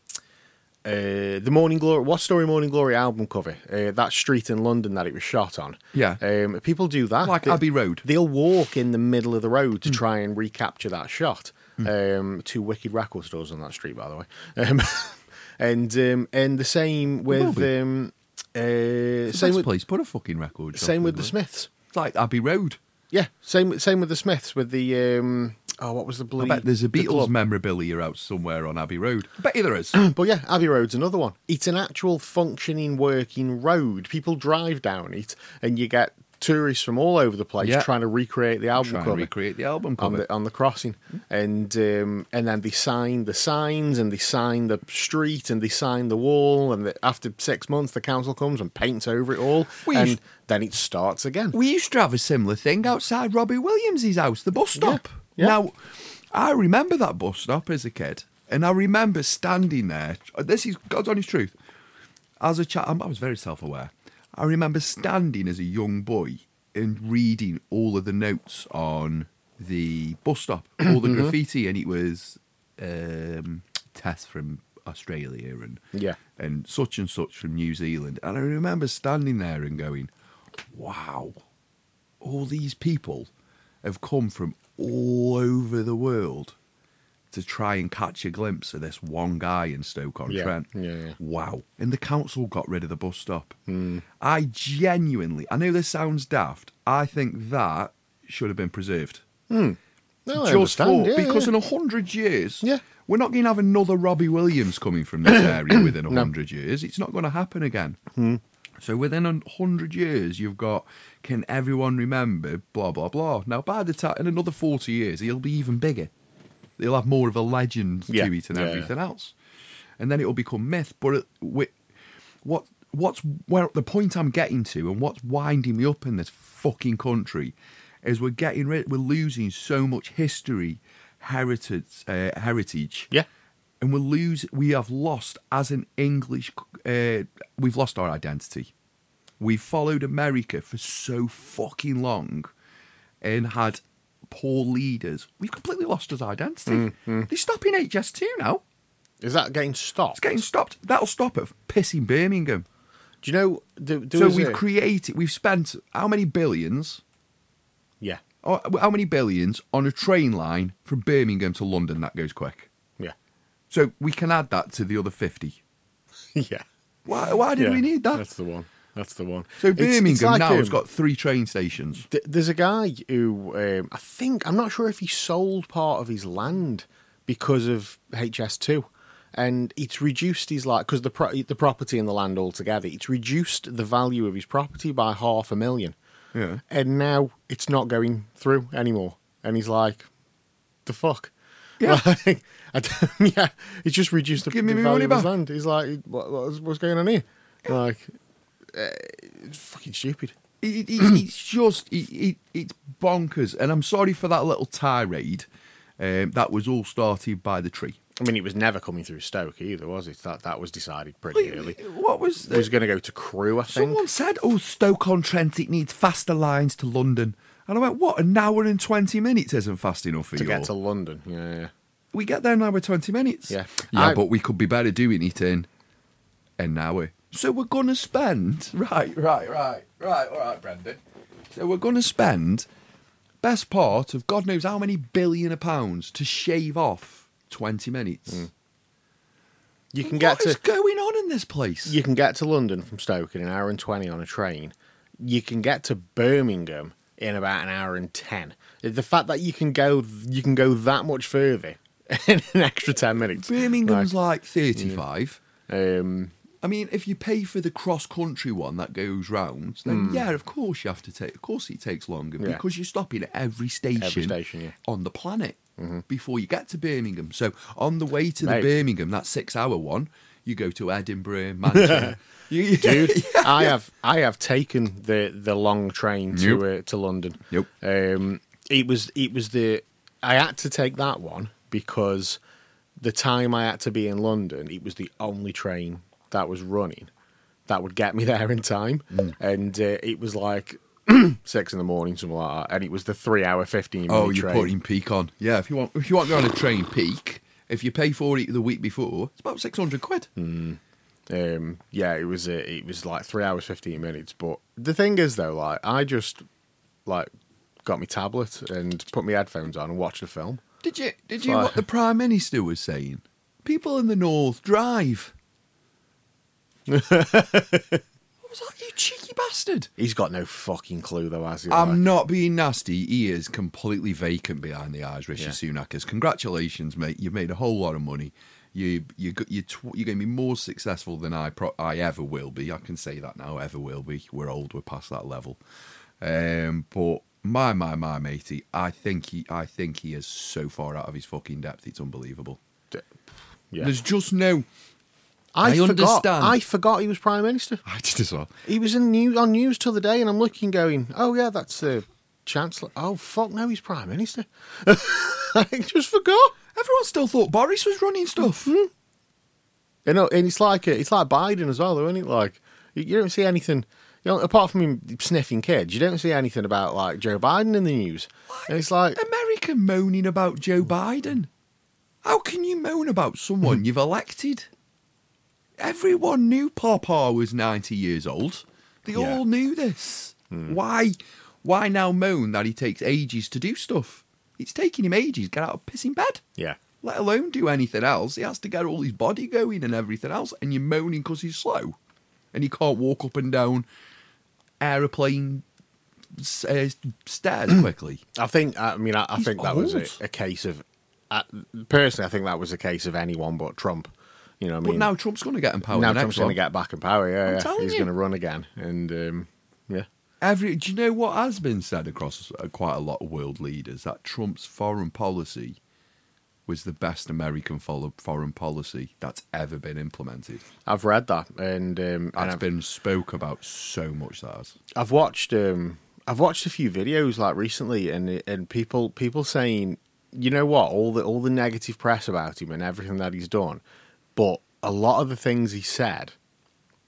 Speaker 3: uh, the Morning Glory, What Story Morning Glory album cover, uh, that street in London that it was shot on.
Speaker 2: Yeah.
Speaker 3: Um, people do that.
Speaker 2: Like Abbey Road.
Speaker 3: They'll walk in the middle of the road to
Speaker 2: Hmm.
Speaker 3: try and recapture that shot. Um, two wicked record stores on that street, by the way. Um, and um, and the same with.
Speaker 2: be.
Speaker 3: Um, uh,
Speaker 2: it's the
Speaker 3: same
Speaker 2: best
Speaker 3: with,
Speaker 2: place put a fucking record shop
Speaker 3: same with
Speaker 2: in,
Speaker 3: the
Speaker 2: right?
Speaker 3: Smiths.
Speaker 2: it's like Abbey Road
Speaker 3: Yeah, same same with the Smiths with the um, oh what was the
Speaker 2: I
Speaker 3: bloody
Speaker 2: bet there's a
Speaker 3: the
Speaker 2: Beatles
Speaker 3: club?
Speaker 2: memorabilia out somewhere on Abbey Road I bet you there is
Speaker 3: But yeah, Abbey Road's another one. It's an actual functioning, working road. People drive down it, and you get tourists from all over the place
Speaker 2: Yeah.
Speaker 3: trying to recreate the album
Speaker 2: try and
Speaker 3: cover
Speaker 2: recreate the album
Speaker 3: on
Speaker 2: cover
Speaker 3: the on the crossing.
Speaker 2: Hmm.
Speaker 3: And um, and then they sign the signs, and they sign the street, and they sign the wall. And the, after six months, the council comes and paints over it all,
Speaker 2: We
Speaker 3: and
Speaker 2: used-
Speaker 3: then it starts again.
Speaker 2: We used to have a similar thing outside Robbie Williams' house, the bus stop.
Speaker 3: yeah.
Speaker 2: Now, I remember that bus stop as a kid, and I remember standing there. This is God's honest truth. As a child, I was very self aware. I remember standing as a young boy and reading all of the notes on the bus stop, all
Speaker 3: Mm-hmm.
Speaker 2: the graffiti, and it was um, Tess from Australia and
Speaker 3: Yeah.
Speaker 2: and such and such from New Zealand. And I remember standing there and going, wow, all these people have come from all over the world to try and catch a glimpse of this one guy in Stoke on Trent.
Speaker 3: Yeah, yeah, Hmm. yeah.
Speaker 2: Wow. And the council got rid of the bus stop. I genuinely, I know this sounds daft, I think that should have been preserved.
Speaker 3: No, I
Speaker 2: Just
Speaker 3: understand,
Speaker 2: for,
Speaker 3: yeah,
Speaker 2: because
Speaker 3: yeah.
Speaker 2: in a hundred years,
Speaker 3: Yeah.
Speaker 2: we're not going to have
Speaker 3: Hmm.
Speaker 2: another Robbie Williams coming from this area within a hundred years. It's not going to happen again. So within a hundred years, you've got can everyone remember blah blah blah. Now by the time in another forty years, he'll be even bigger. He'll have more of a legend
Speaker 3: Yeah,
Speaker 2: to it and
Speaker 3: yeah, yeah.
Speaker 2: everything else, and then it will become myth. But it, wi- what what's where the point I'm getting to, and what's winding me up in this fucking country, is we're getting rid, we're losing so much history, heritage, uh, heritage
Speaker 3: Yeah.
Speaker 2: and we lose. We have lost as an English. Uh, we've lost our identity. We followed America for so fucking long, and had poor leaders. We've completely lost our identity.
Speaker 3: Mm-hmm.
Speaker 2: They're stopping HS2 now.
Speaker 3: Is that getting stopped?
Speaker 2: It's getting stopped. That'll stop at pissing Birmingham.
Speaker 3: Do you know? Do, do
Speaker 2: so we've created. We've spent how many billions?
Speaker 3: yeah,
Speaker 2: Or how many billions on a train line from Birmingham to London that goes quick?
Speaker 3: yeah,
Speaker 2: So we can add that to the other fifty.
Speaker 3: yeah.
Speaker 2: Why? Why did
Speaker 3: yeah.
Speaker 2: we need that?
Speaker 3: That's the one. That's the one.
Speaker 2: So
Speaker 3: It's- it's
Speaker 2: Birmingham
Speaker 3: like,
Speaker 2: now has
Speaker 3: um,
Speaker 2: got three train stations.
Speaker 3: th- there's a guy who um, I think I'm not sure if he sold part of his land because of HS2, and it's reduced his like because the pro- the property and the land altogether, it's reduced the value of his property by half a million.
Speaker 2: Yeah.
Speaker 3: and now it's not going through anymore, and he's like, the fuck.
Speaker 2: Yeah.
Speaker 3: Like, I don't- yeah. It's just reduced the,
Speaker 2: Give me
Speaker 3: the
Speaker 2: my
Speaker 3: value of
Speaker 2: money
Speaker 3: his
Speaker 2: back.
Speaker 3: land. He's like, what, what's, what's going on here? Like, uh, it's fucking stupid.
Speaker 2: It, it, it's just it, it, it's bonkers, and I'm sorry for that little tirade. Um, that was all started by the tree.
Speaker 3: I mean, it was never coming through Stoke either, was it? That that was decided pretty early.
Speaker 2: What was
Speaker 3: It
Speaker 2: the,
Speaker 3: was going to go to Crewe, I think.
Speaker 2: someone said? Oh, Stoke on Trent, it needs faster lines to London. And I went, what? An hour and twenty minutes isn't fast enough for
Speaker 3: to
Speaker 2: you.
Speaker 3: get to
Speaker 2: all?"
Speaker 3: London. Yeah, yeah.
Speaker 2: we get there an hour and twenty minutes.
Speaker 3: Yeah.
Speaker 2: yeah,
Speaker 3: I-
Speaker 2: but we could be better doing it in an hour. So we're gonna spend right, right, right, right, all right, Brendan. So we're gonna spend best part of God knows how many billion of pounds to shave off twenty minutes.
Speaker 3: Mm. You can get
Speaker 2: What is
Speaker 3: to
Speaker 2: going on in this place?
Speaker 3: you can get to London from Stoke in an hour and twenty on a train. You can get to Birmingham in about an hour and ten. The fact that you can go you can go that much further in an extra ten minutes.
Speaker 2: Birmingham's like thirty-five.
Speaker 3: Um,
Speaker 2: I mean, if you pay for the cross country one that goes round, then yeah, of course you have to take. Of course, it takes longer
Speaker 3: Hmm. Yeah.
Speaker 2: because you're stopping at every station,
Speaker 3: station, yeah. Mm-hmm.
Speaker 2: on the planet before you get to Birmingham. So on the way to the
Speaker 3: Mate.
Speaker 2: Birmingham, that six-hour one, you go to Edinburgh, Manchester. you, you-
Speaker 3: dude. I have I have taken the the long train to
Speaker 2: Nope.
Speaker 3: uh, to London.
Speaker 2: Nope.
Speaker 3: Um, it was it was the I had to take that one because the time I had to be in London, it was the only train that was running that would get me there in time,
Speaker 2: Mm.
Speaker 3: and uh, it was like. Six in the morning, something like that, and it was the three-hour, fifteen-minute
Speaker 2: oh, you're
Speaker 3: train.
Speaker 2: putting peak on. Yeah, if you want, if you want to go on a train peak, if you pay for it the week before, it's about six hundred quid.
Speaker 3: Um, yeah, it was uh, it was like three hours fifteen minutes. But the thing is, though, like I just like got my tablet and put my headphones on and watched the film.
Speaker 2: Did you did you
Speaker 3: Right.
Speaker 2: what the Prime Minister was saying? People in the north drive. what was that, you cheeky bastard?
Speaker 3: He's got no fucking clue, though, has he?
Speaker 2: I'm
Speaker 3: like?
Speaker 2: not being nasty. He is completely vacant behind the eyes. Rishi Sunak is. Congratulations, mate. You've made a whole lot of money. You you got- you tw- you're going to be more successful than I pro- I ever will be. I can say that now. Ever will be. We're old. We're past that level. Um, but my my my matey, I think he I think he is so far out of his fucking depth. It's unbelievable.
Speaker 3: D- Yeah.
Speaker 2: There's just no.
Speaker 3: I,
Speaker 2: I
Speaker 3: forgot.
Speaker 2: understand.
Speaker 3: I forgot he was prime minister.
Speaker 2: I did as well.
Speaker 3: He was in news on news till the day, and I'm looking, going, "Oh yeah, that's the chancellor." Oh fuck, no, he's prime minister. I just forgot.
Speaker 2: Everyone still thought Boris was running stuff.
Speaker 3: Mm-hmm. You know, and it's like uh, it's like Biden as well, though, isn't it? Like you, you don't see anything. You know, apart from him sniffing kids, you don't see anything about like Joe Biden in the news. And it's like,
Speaker 2: America moaning about Joe Biden. How can you moan about someone you've elected? Everyone knew Papa was 90 years old. They all knew this. Why why now moan that he takes ages to do stuff? It's taking him ages to get out of pissing bed,
Speaker 3: yeah,
Speaker 2: let alone do anything else. He has to get all his body going and everything else, and you're moaning because he's slow. And he can't walk up and down aeroplane s- uh, stairs quickly.
Speaker 3: I think. I mean, I, I
Speaker 2: He's
Speaker 3: think that was
Speaker 2: old.
Speaker 3: a, a case of. Uh, personally, I think that was a case of anyone but Trump. You know what I
Speaker 2: But
Speaker 3: mean?
Speaker 2: now Trump's going to get in power.
Speaker 3: now
Speaker 2: the next
Speaker 3: Trump's going to
Speaker 2: one.
Speaker 3: get back in power. Yeah,
Speaker 2: I'm
Speaker 3: yeah.
Speaker 2: telling
Speaker 3: he's
Speaker 2: you.
Speaker 3: going to run again, and um, yeah,
Speaker 2: Every, do you know what has been said across uh, quite a lot of world leaders that Trump's foreign policy was the best American follow, foreign policy that's ever been implemented.
Speaker 3: I've read that, and, um, and
Speaker 2: That's
Speaker 3: I've,
Speaker 2: been spoke about so much. That has.
Speaker 3: I've watched um, I've watched a few videos like recently, and and people people saying, you know what, all the all the negative press about him and everything that he's done, but a lot of the things he said,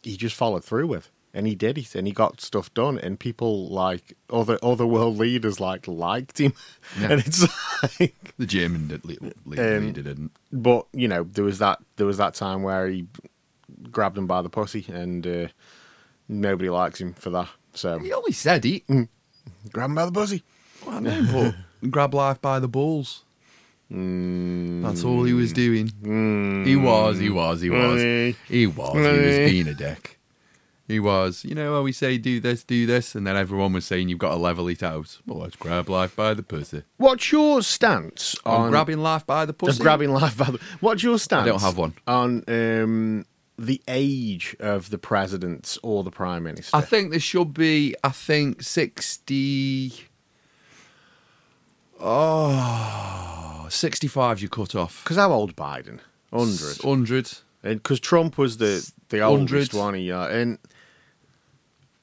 Speaker 3: he just followed through with. And he did it, and he got stuff done. And people like other other world leaders like liked him,
Speaker 2: Yeah.
Speaker 3: and it's like
Speaker 2: the German le- le-
Speaker 3: Um,
Speaker 2: leader didn't.
Speaker 3: but you know there was that there was that time where he grabbed him by the pussy and uh, nobody likes him for that so
Speaker 2: He only said he.
Speaker 3: grab him by the pussy
Speaker 2: Well, I know, but grab life by the balls. That's all he was doing. He was, he was, he was.
Speaker 3: Mm.
Speaker 2: He was, he was being a dick. He was. You know how we say do this, do this, and then everyone was saying you've got to level it out. Well, let's grab life by the pussy.
Speaker 3: what's your stance
Speaker 2: On
Speaker 3: on
Speaker 2: Oh, grabbing life by the pussy.
Speaker 3: just grabbing life by the what's your stance
Speaker 2: don't have one.
Speaker 3: on um the age of the presidents or the prime minister
Speaker 2: I think there should be, I think, 60. Oh, 65 you cut off.
Speaker 3: because how old biden 100
Speaker 2: 100.
Speaker 3: because Trump was the the oldest
Speaker 2: Hundred.
Speaker 3: one, yeah, and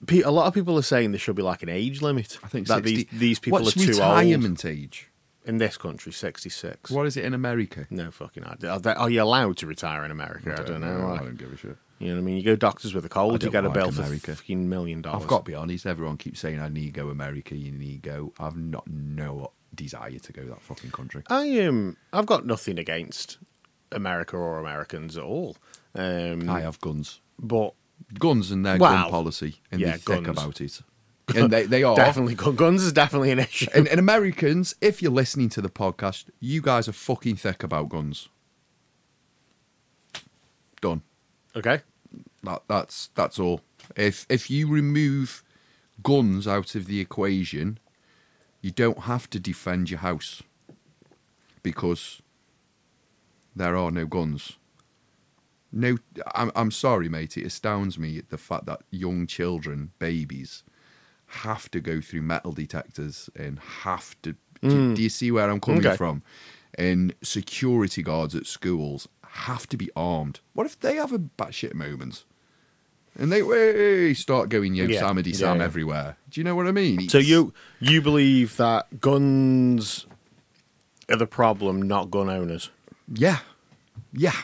Speaker 3: pe- a lot of people are saying there should be like an age limit.
Speaker 2: I think
Speaker 3: that
Speaker 2: 60.
Speaker 3: these these people
Speaker 2: What's
Speaker 3: are too old
Speaker 2: retirement age?
Speaker 3: in this country, sixty six.
Speaker 2: What is it in America?
Speaker 3: No fucking idea. Are, they, are you allowed to retire in America? I don't, know.
Speaker 2: I
Speaker 3: like,
Speaker 2: don't give a shit.
Speaker 3: you know what I mean? You go doctors with a cold,
Speaker 2: I
Speaker 3: you
Speaker 2: don't
Speaker 3: get a
Speaker 2: like
Speaker 3: bill for
Speaker 2: America.
Speaker 3: fucking million dollars.
Speaker 2: I've got to be honest. Everyone keeps saying I need to go America. You need to go. I've not no desire to go to that fucking country.
Speaker 3: I Um, I've got nothing against America or Americans at all. Um,
Speaker 2: I have guns,
Speaker 3: but
Speaker 2: guns, and their
Speaker 3: Well,
Speaker 2: gun policy, and
Speaker 3: yeah,
Speaker 2: they think
Speaker 3: guns.
Speaker 2: about it. And they, they are
Speaker 3: definitely gu- guns is definitely an issue.
Speaker 2: And, and Americans, if you're listening to the podcast, you guys are fucking thick about guns. Done.
Speaker 3: Okay.
Speaker 2: That, that's that's all. If if you remove guns out of the equation, you don't have to defend your house because there are no guns. No, I'm I'm sorry, mate. It astounds me at the fact that young children, babies, have to go through metal detectors and have to. Do, do you see where I'm coming
Speaker 3: Okay.
Speaker 2: from? And security guards at schools have to be armed. What if they have a batshit moment? And they hey, start going Yosemite
Speaker 3: Yeah,
Speaker 2: Sam
Speaker 3: yeah.
Speaker 2: everywhere. Do you know what I mean?
Speaker 3: So
Speaker 2: It's-
Speaker 3: you you believe that guns are the problem, not gun owners?
Speaker 2: Yeah. Yeah.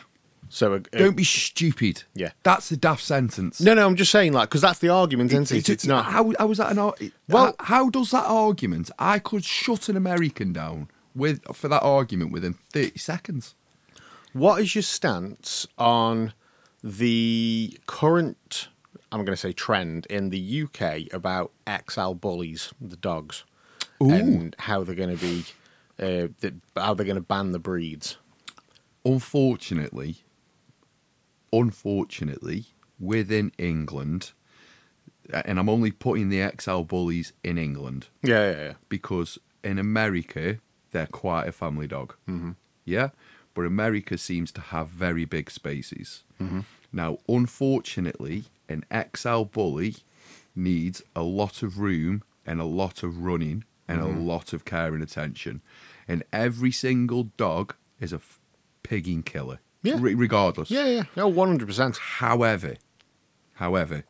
Speaker 3: So uh,
Speaker 2: Don't be stupid.
Speaker 3: Yeah.
Speaker 2: That's the daft sentence.
Speaker 3: No, no, I'm just saying like because that's the argument, isn't it? It's, not.
Speaker 2: How, how is that an ar-
Speaker 3: Well-
Speaker 2: well? How does that argument? I could shut an American down with for that argument within thirty seconds.
Speaker 3: What is your stance on the current? I'm going to say trend in the UK about XL bullies, the dogs, and how they're going to be, uh, the, how they're going to ban the breeds.
Speaker 2: Unfortunately, unfortunately, within England, and I'm only putting the XL bullies in England.
Speaker 3: Yeah, yeah, yeah.
Speaker 2: because in America they're quite a family dog. Mm-hmm. Yeah, but America seems to have very big spaces. Mm-hmm. Now, unfortunately, an XL bully needs a lot of room and a lot of running and a lot of care and attention, and every single dog is a f- pigging killer.
Speaker 3: Yeah.
Speaker 2: re- regardless.
Speaker 3: Yeah, yeah. Oh, No, 100%.
Speaker 2: However, however,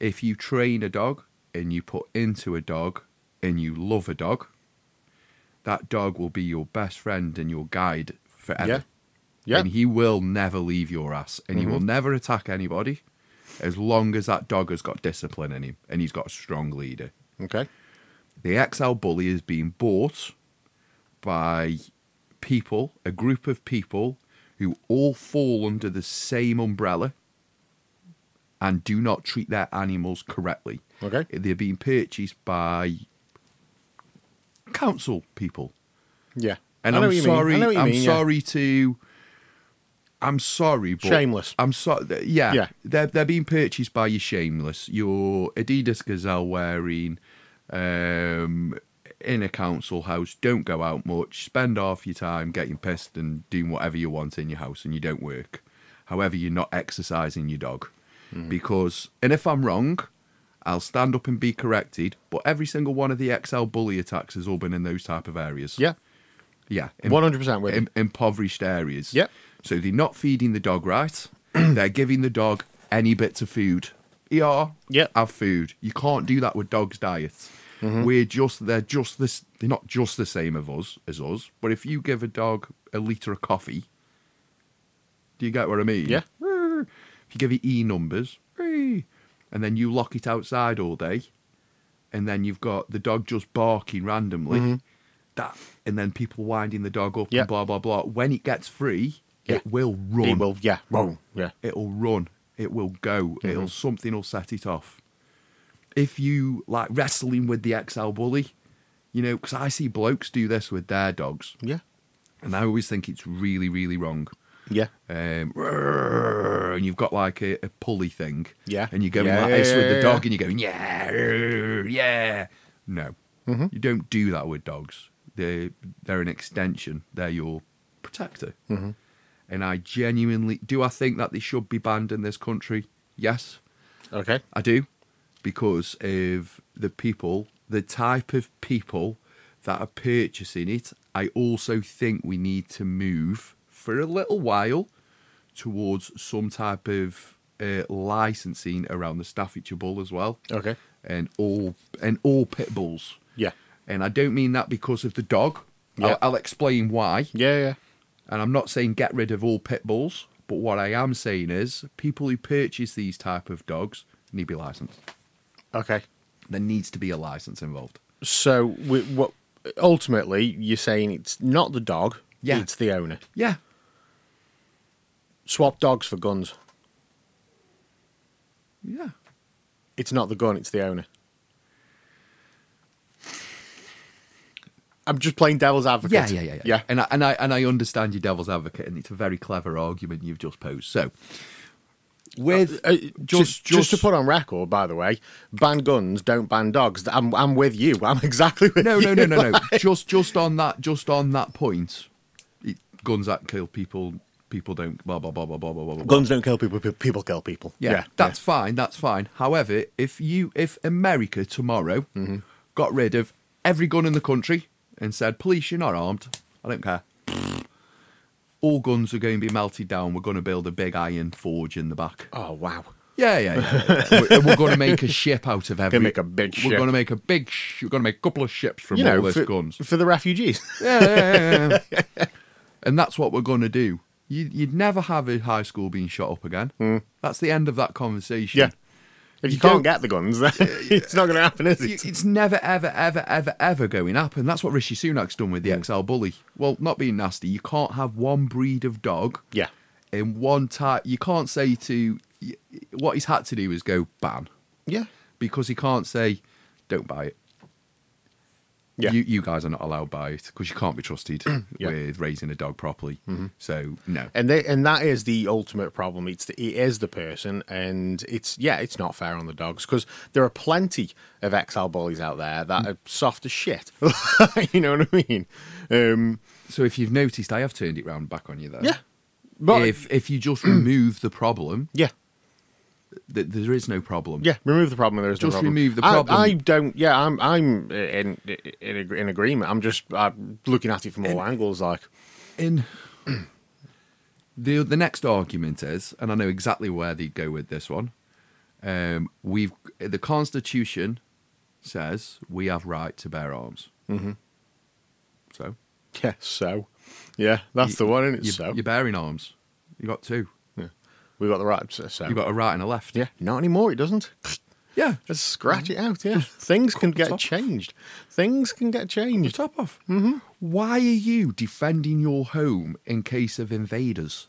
Speaker 2: if you train a dog and you put into a dog and you love a dog, that dog will be your best friend and your guide
Speaker 3: Yeah.
Speaker 2: forever.
Speaker 3: Yeah. Mm-hmm.
Speaker 2: And he will never leave your ass and he will never attack anybody as long as that dog has got discipline in him and he's got a strong leader.
Speaker 3: Okay.
Speaker 2: The XL Bully is being bought by people, a group of people who all fall under the same umbrella and do not treat their animals correctly.
Speaker 3: Okay.
Speaker 2: They're being purchased by council people.
Speaker 3: Yeah.
Speaker 2: And
Speaker 3: I know
Speaker 2: I'm
Speaker 3: what you mean. I
Speaker 2: sorry.
Speaker 3: know what you
Speaker 2: I'm
Speaker 3: mean, yeah.
Speaker 2: sorry to. I'm sorry, but
Speaker 3: Shameless.
Speaker 2: I'm sorry. Yeah,
Speaker 3: Yeah.
Speaker 2: They're they're being purchased by your shameless, your Adidas gazelle wearing, um, in a council house. Don't go out much. Spend half your time getting pissed and doing whatever you want in your house, and you don't work. However, you're not exercising your dog.
Speaker 3: Mm-hmm.
Speaker 2: Because, and if I'm wrong, I'll stand up and be corrected. But every single one of the XL bully attacks has all been in those type of areas.
Speaker 3: Yeah.
Speaker 2: Yeah. im-
Speaker 3: 100% with you.
Speaker 2: im- impoverished areas.
Speaker 3: Yep.
Speaker 2: So they're not feeding the dog right. they're giving the dog any bits of food. ER.
Speaker 3: Yep. Mm-hmm.
Speaker 2: Have food. You can't do that with dogs' diets. We're just they're just this they're not just the same of us as us. But if you give a dog a litre of coffee, do you get what I mean?
Speaker 3: Yeah.
Speaker 2: If you give it E numbers, and then you lock it outside all day, and then you've got the dog just barking randomly, that, and then people winding the dog up
Speaker 3: Mm-hmm. Yeah.
Speaker 2: and blah blah blah. When it gets free,
Speaker 3: Yeah.
Speaker 2: it will run.
Speaker 3: It will, yeah, wrong, yeah. Mm-hmm.
Speaker 2: It'll run. It will go. It'll something will set it off. If you like wrestling with the XL bully, you know, because I see blokes do this with their dogs,
Speaker 3: Yeah.
Speaker 2: and I always think it's really really wrong
Speaker 3: Yeah.
Speaker 2: um, "Rrrr," and you've got like a, a pulley thing.
Speaker 3: Yeah.
Speaker 2: And you're going
Speaker 3: Yeah,
Speaker 2: like this
Speaker 3: yeah,
Speaker 2: with the
Speaker 3: yeah,
Speaker 2: dog and you're going, yeah, rrrr, yeah. No.
Speaker 3: Mm-hmm.
Speaker 2: You don't do that with dogs. They're, they're an extension, they're your protector.
Speaker 3: Mm-hmm.
Speaker 2: And I genuinely do I think that they should be banned in this country? Yes,
Speaker 3: Okay.
Speaker 2: I do. Because of the people, the type of people that are purchasing it, I also think we need to move for a little while towards some type of uh, licensing around the Staffordshire Bull as well,
Speaker 3: Okay.
Speaker 2: and all and all pit bulls.
Speaker 3: Oh. Yeah.
Speaker 2: And I don't mean that because of the dog.
Speaker 3: Yeah.
Speaker 2: I'll, I'll explain why.
Speaker 3: Yeah, yeah.
Speaker 2: And I'm not saying get rid of all pit bulls, but what I am saying is people who purchase these type of dogs need to be licensed.
Speaker 3: Okay.
Speaker 2: There needs to be a license involved.
Speaker 3: So, we, what ultimately you're saying it's not the dog,
Speaker 2: Yeah.
Speaker 3: it's the owner.
Speaker 2: Yeah.
Speaker 3: Swap dogs for guns.
Speaker 2: Yeah.
Speaker 3: It's not the gun, it's the owner. I'm just playing devil's advocate.
Speaker 2: Yeah, yeah, yeah, yeah.
Speaker 3: Yeah.
Speaker 2: And I, and I and I understand your devil's advocate, and it's a very clever argument you've just posed. So, with
Speaker 3: Uh, just,
Speaker 2: just,
Speaker 3: just, to put on record, by the way, ban guns, don't ban dogs. I'm, I'm with you. I'm exactly with
Speaker 2: no,
Speaker 3: you.
Speaker 2: no, no, no, no. just just on that, just on that point, it, guns that kill people, people don't. Blah blah blah blah blah blah blah. blah.
Speaker 3: Guns don't kill people. pe- People kill people.
Speaker 2: Yeah, that's fine. That's fine. However, if you if America tomorrow
Speaker 3: Mm-hmm.
Speaker 2: got rid of every gun in the country and said, "Police, you're not armed. I don't care." All guns are going to be melted down. We're going to build a big iron forge in the back.
Speaker 3: Oh wow.
Speaker 2: Yeah, yeah, yeah. yeah. we're, we're going to make a ship out of every.
Speaker 3: make a big
Speaker 2: We're
Speaker 3: ship.
Speaker 2: going to make a big. Sh- we're going to make a couple of ships from
Speaker 3: You
Speaker 2: all
Speaker 3: know,
Speaker 2: this
Speaker 3: for,
Speaker 2: guns.
Speaker 3: for the refugees.
Speaker 2: Yeah, yeah, yeah, yeah, yeah. and that's what we're going to do. You, you'd never have a high school being shot up again. That's the end of that conversation.
Speaker 3: Mm. Yeah. If you,
Speaker 2: You don't-
Speaker 3: can't get the guns, then it's not going to happen, is
Speaker 2: You-
Speaker 3: it?
Speaker 2: It's never, ever, ever, ever, ever going up. And that's what Rishi Sunak's done with the
Speaker 3: Hmm.
Speaker 2: XL Bully. Well, not being nasty, you can't have one breed of dog
Speaker 3: Yeah.
Speaker 2: in one type. You can't say to. y- What he's had to do is go ban
Speaker 3: Yeah.
Speaker 2: because he can't say, don't buy it.
Speaker 3: Yeah.
Speaker 2: You, you guys are not allowed by it because you can't be trusted
Speaker 3: Yeah. Mm-hmm. Eh.
Speaker 2: with raising a dog properly. So, no.
Speaker 3: And they, and that is the ultimate problem. It's the, it is the person, and it's yeah, it's not fair on the dogs because there are plenty of XL bullies out there that
Speaker 2: Mm.
Speaker 3: are soft as shit. you know what I mean? Um,
Speaker 2: So, if you've noticed, I have turned it round back on you there.
Speaker 3: yeah, but
Speaker 2: if, if you just remove the problem,
Speaker 3: yeah,
Speaker 2: th- there is no problem.
Speaker 3: yeah, remove the problem. There's
Speaker 2: Just
Speaker 3: no problem.
Speaker 2: remove the
Speaker 3: I-
Speaker 2: problem.
Speaker 3: I, don't. Yeah, I'm I'm in in, ag- in agreement. I'm just i looking at it from all angles. Like
Speaker 2: in the the next argument is, and I know exactly where they go with this one. Um, we've the Constitution says we have right to bear arms. Mm-hmm. So
Speaker 3: yeah, so yeah, that's the one. is it?
Speaker 2: you,
Speaker 3: so
Speaker 2: you're bearing arms. You got two.
Speaker 3: we got the right. So
Speaker 2: You got a right and a left.
Speaker 3: yeah, not anymore. It doesn't.
Speaker 2: yeah.
Speaker 3: Just scratch it out, yeah. Things can get
Speaker 2: off.
Speaker 3: changed. Things can get
Speaker 2: Your
Speaker 3: changed.
Speaker 2: top off. Mm-hmm. Why are you defending your home in case of invaders,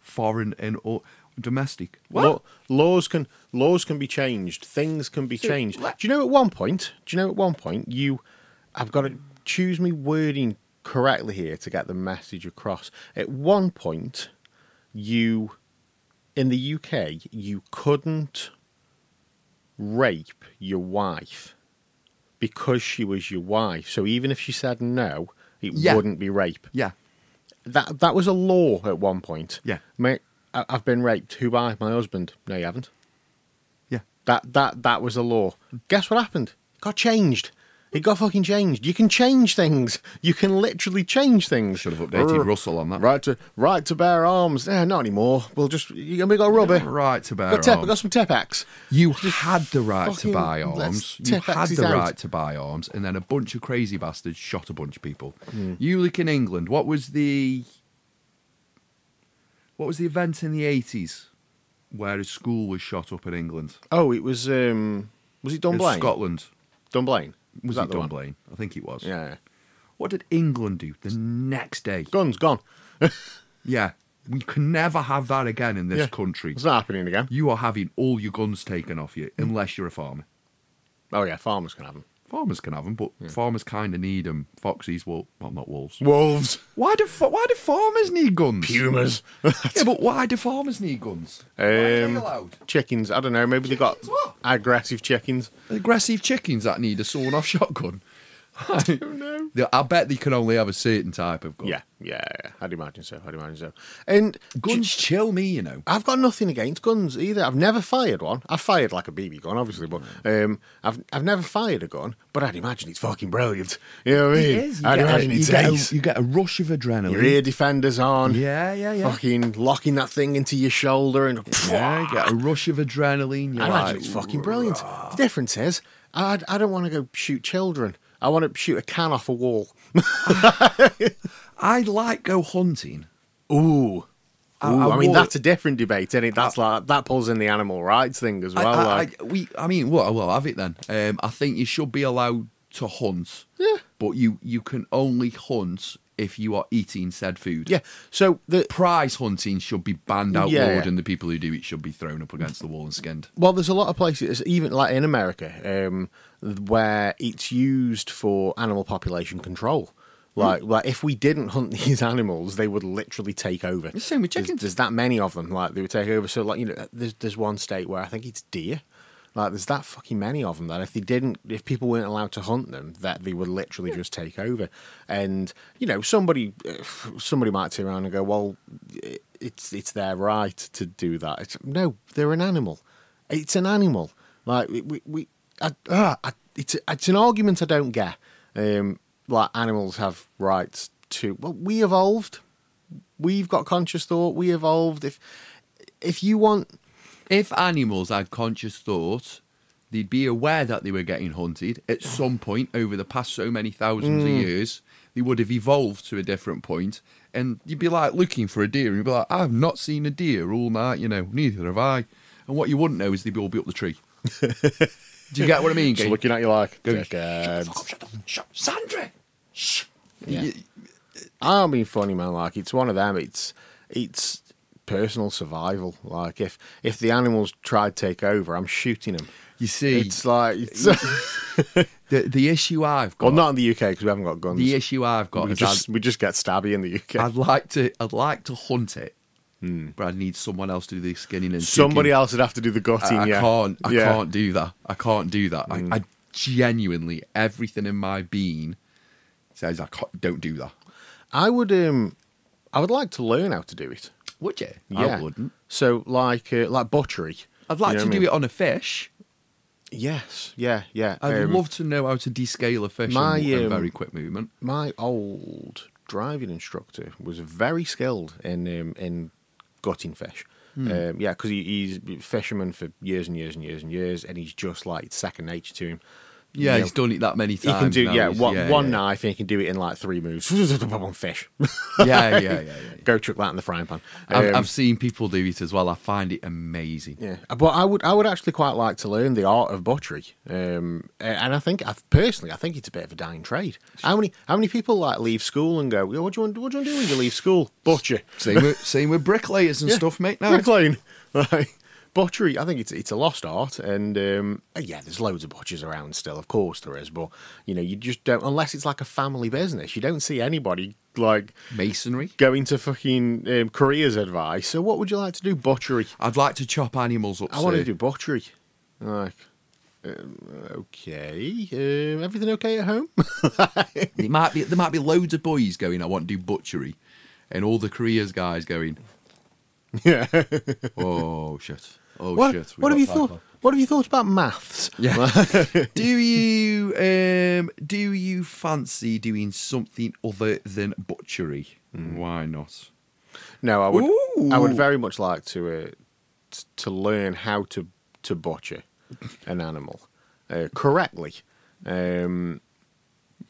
Speaker 2: foreign and or domestic?
Speaker 3: Law- laws can laws can be changed. Things can be changed. Do
Speaker 2: let-
Speaker 3: you know at one point? Do you know at one point you? I've got to choose me wording correctly here to get the message across. At one point, you in the UK you couldn't rape your wife because she was your wife. So even if she said no, it
Speaker 2: Yeah.
Speaker 3: wouldn't be rape.
Speaker 2: Yeah.
Speaker 3: That that was a law at one point.
Speaker 2: Yeah.
Speaker 3: Mate, I- I've been raped. Who by? My husband. No, you haven't.
Speaker 2: Yeah.
Speaker 3: That that that was the law. Guess what happened? It got changed. It got fucking changed. You can change things. You can literally change things.
Speaker 2: Should have updated
Speaker 3: R-
Speaker 2: Russell on that.
Speaker 3: Right to right to bear arms. Eh, not anymore. We'll just you we got rubber.
Speaker 2: Right to bear
Speaker 3: got tep-
Speaker 2: arms.
Speaker 3: got some Tepax.
Speaker 2: You had the right to
Speaker 3: fucking
Speaker 2: buy
Speaker 3: let's
Speaker 2: arms. You
Speaker 3: tip
Speaker 2: had
Speaker 3: axes
Speaker 2: the
Speaker 3: out.
Speaker 2: right to buy arms, and then a bunch of crazy bastards shot a bunch of people.
Speaker 3: Hmm.
Speaker 2: You look in England. What was the what was the event in the eighties where a school was shot up in England?
Speaker 3: Oh, it was um was it
Speaker 2: In
Speaker 3: Dunblane?
Speaker 2: Scotland.
Speaker 3: Dunblane.
Speaker 2: Was
Speaker 3: that
Speaker 2: it
Speaker 3: the one?
Speaker 2: Dunblane? I think it was.
Speaker 3: Yeah. yeah.
Speaker 2: What did England do the next day?
Speaker 3: Guns gone.
Speaker 2: Yeah, we can never have that again in this
Speaker 3: Yeah.
Speaker 2: country.
Speaker 3: It's not happening again.
Speaker 2: You are having all your guns taken off
Speaker 3: Hmm.
Speaker 2: you unless you're a farmer.
Speaker 3: Oh yeah, farmers can have them.
Speaker 2: Farmers can have them, but farmers kind of need them. Foxes, well, well, not wolves.
Speaker 3: Wolves,
Speaker 2: Why do fa- why do farmers need guns?
Speaker 3: pumas,
Speaker 2: Yeah, but why do farmers need guns? Why are
Speaker 3: Um,
Speaker 2: they allowed?
Speaker 3: chickens. I don't know. Maybe they got
Speaker 2: Chickens, what?
Speaker 3: aggressive chickens.
Speaker 2: Aggressive chickens that need a sawn-off shotgun. I don't know. I bet they can only have a certain type of gun.
Speaker 3: Yeah, yeah, yeah. I'd imagine so. I'd imagine so. And
Speaker 2: guns chill me, you know.
Speaker 3: I've got nothing against guns either. I've never fired one. I fired like a BB gun, obviously, but um, I've I've never fired a gun. But I'd imagine it's fucking brilliant. You know what I mean?
Speaker 2: You
Speaker 3: I'd
Speaker 2: get a-
Speaker 3: imagine
Speaker 2: you
Speaker 3: it's
Speaker 2: get a-
Speaker 3: ace.
Speaker 2: you get a rush of adrenaline.
Speaker 3: Your ear defenders on.
Speaker 2: Yeah, yeah, yeah.
Speaker 3: Fucking locking that thing into your shoulder and.
Speaker 2: Yeah, you get a rush of adrenaline. You're
Speaker 3: I
Speaker 2: like, ah."
Speaker 3: imagine it's fucking brilliant. The difference is, I, I don't want to go shoot children. I want to shoot a can off a wall.
Speaker 2: I like go hunting.
Speaker 3: Ooh.
Speaker 2: I-
Speaker 3: Ooh, I,
Speaker 2: I
Speaker 3: mean,
Speaker 2: walk-
Speaker 3: that's a different debate, isn't it? That's like that pulls in the animal rights thing as well.
Speaker 2: I, I,
Speaker 3: like,
Speaker 2: I, we, I mean, well, well, have it then. Um, I think you should be allowed to hunt.
Speaker 3: Yeah.
Speaker 2: But you you can only hunt if you are eating said food.
Speaker 3: yeah. So the
Speaker 2: Prize hunting should be banned outlawed,
Speaker 3: Yeah.
Speaker 2: and the people who do it should be thrown up against the wall and skinned.
Speaker 3: well, there's a lot of places, even like in America, um, where it's used for animal population control.
Speaker 2: Hmm.
Speaker 3: Like, like if we didn't hunt these animals, they would literally take over.
Speaker 2: the same with
Speaker 3: There's-
Speaker 2: chickens.
Speaker 3: There's, that many of them. Like they would take over. So like you know, there's there's one state where I think it's deer. Like there's that fucking many of them that if they didn't, if people weren't allowed to hunt them, that they would literally just take over. And you know, somebody somebody might turn around and go, well, it's it's their right to do that. It's, no, they're an animal. It's an animal. Like we we, we I, uh, I, it's it's an argument I don't get. Um, like animals have rights to. Well, we evolved we've got conscious thought we evolved if if you want
Speaker 2: If animals had conscious thought, they'd be aware that they were getting hunted at some point over the past so many thousands
Speaker 3: Mm.
Speaker 2: of years. They would have evolved to a different point, and you'd be like looking for a deer, and you'd be like, "I've not seen a deer all night," you know. Neither have I. And what you wouldn't know is they'd all be up the tree. Do you get what I mean?
Speaker 3: just
Speaker 2: Gabe?
Speaker 3: looking at you like
Speaker 2: Go,
Speaker 3: "Dickheads."
Speaker 2: Shut up, shut up, Sandra. Shh.
Speaker 3: Yeah.
Speaker 2: You-
Speaker 3: i'm being funny man like it's one of them it's it's personal survival like if if the animals try to take over i'm shooting them
Speaker 2: You see,
Speaker 3: it's like it's,
Speaker 2: the the issue I've got.
Speaker 3: well not in the uk because we haven't got guns
Speaker 2: the issue I've got
Speaker 3: we
Speaker 2: is
Speaker 3: just
Speaker 2: I'd-
Speaker 3: we just get stabby in the uk
Speaker 2: I'd like to. I'd like to hunt it, but I need someone else to do the skinning and
Speaker 3: Hmm. somebody
Speaker 2: tucking.
Speaker 3: else would have to do the gutting
Speaker 2: I, I
Speaker 3: yeah
Speaker 2: can't. I
Speaker 3: Yeah. Hmm.
Speaker 2: can't do that. I can't do that. I, I genuinely, everything in my being says I can't, don't do that.
Speaker 3: i would um i would like to learn how to do it
Speaker 2: Would you?
Speaker 3: yeah
Speaker 2: I wouldn't.
Speaker 3: so like uh, like butchery
Speaker 2: I'd like
Speaker 3: You know
Speaker 2: to
Speaker 3: what I
Speaker 2: do
Speaker 3: mean?
Speaker 2: it on a fish.
Speaker 3: yes yeah yeah
Speaker 2: I'd
Speaker 3: um,
Speaker 2: love to know how to descale a fish
Speaker 3: my,
Speaker 2: in, in
Speaker 3: um,
Speaker 2: very quick movement.
Speaker 3: my old driving instructor was very skilled in um, in gutting fish.
Speaker 2: Hmm.
Speaker 3: Um, yeah, because he, he's a fisherman for years and years and years and years, and he's just like it's second nature to him.
Speaker 2: Yeah,
Speaker 3: You
Speaker 2: he's
Speaker 3: know,
Speaker 2: done it that many
Speaker 3: He
Speaker 2: times.
Speaker 3: can do
Speaker 2: now,
Speaker 3: yeah
Speaker 2: he's-
Speaker 3: one, one
Speaker 2: yeah.
Speaker 3: knife and he can do it in like three moves. fish,
Speaker 2: Yeah, yeah, yeah. yeah, yeah.
Speaker 3: go chuck that in the frying pan.
Speaker 2: I've,
Speaker 3: Um,
Speaker 2: I've seen people do it as well. I find it amazing.
Speaker 3: Yeah, but I would I would actually quite like to learn the art of butchery, um, a- and I think I personally I think it's a bit of a dying trade. How many how many people like leave school and go, "Yo, what do you want? What do you want to do when you leave school? Butcher,
Speaker 2: Same with same with bricklayers and
Speaker 3: Yeah.
Speaker 2: stuff, mate. Now
Speaker 3: bricklaying, like butchery. I think it's it's a lost art, and um, yeah, there's loads of butchers around still. Of course there is, but you know you just don't unless it's like a family business. You don't see anybody like
Speaker 2: masonry.
Speaker 3: going to fucking um, careers advice. So what would you like to do? Butchery.
Speaker 2: I'd like to chop animals up.
Speaker 3: I want
Speaker 2: sir.
Speaker 3: to do butchery. Like, um, okay, um, everything okay at home?
Speaker 2: Oh, It might be there might be loads of boys going. I want to do butchery, and all the careers guys going.
Speaker 3: Yeah.
Speaker 2: Oh shit! Oh
Speaker 3: what
Speaker 2: shit! We
Speaker 3: what
Speaker 2: got
Speaker 3: have you
Speaker 2: that
Speaker 3: thought?
Speaker 2: one.
Speaker 3: What have you thought about maths?
Speaker 2: Yeah. do you um do you fancy doing something other than butchery?
Speaker 3: Hmm.
Speaker 2: Why not?
Speaker 3: No, I would. I would
Speaker 2: Ooh.
Speaker 3: very much like to uh, t- to learn how to to butcher an animal uh, correctly, um,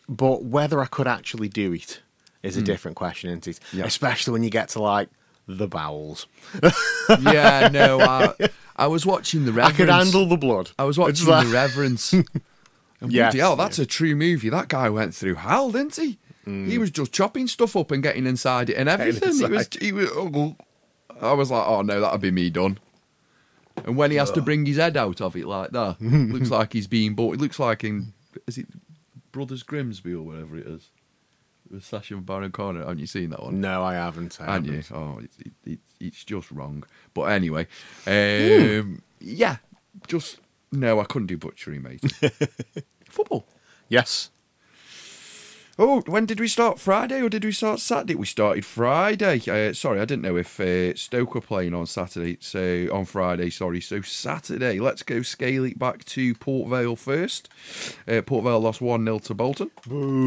Speaker 3: but whether I could actually do it is a different question, isn't it?
Speaker 2: Hmm. Yeah.
Speaker 3: Especially when you get to like the bowels.
Speaker 2: yeah, no, I, I was watching the
Speaker 3: I
Speaker 2: reference.
Speaker 3: could handle the blood.
Speaker 2: I was
Speaker 3: It's
Speaker 2: watching
Speaker 3: like-
Speaker 2: the reverence. And
Speaker 3: Yes,
Speaker 2: bloody hell, that's a true movie. That guy went through hell, didn't he?
Speaker 3: Mm.
Speaker 2: He was just chopping stuff up and getting inside it and everything. He was, he was, oh, I was like, oh no, that'd be me done. And when he has to bring his head out of it like that, looks like he's being bought. It looks like in is it Brothers Grimsby or whatever it is with Sacha and Baron Corner. Haven't you seen that one?
Speaker 3: No, I haven't. I
Speaker 2: and you
Speaker 3: haven't.
Speaker 2: oh it's, it, it, it's just wrong but anyway um yeah just no i couldn't do butchery mate football
Speaker 3: Yes.
Speaker 2: oh when did we start friday or did we start saturday we started friday uh, sorry i didn't know if uh, stoke were playing on saturday so on friday sorry so saturday let's go scale it back to port vale first uh, port vale lost 1-0 to bolton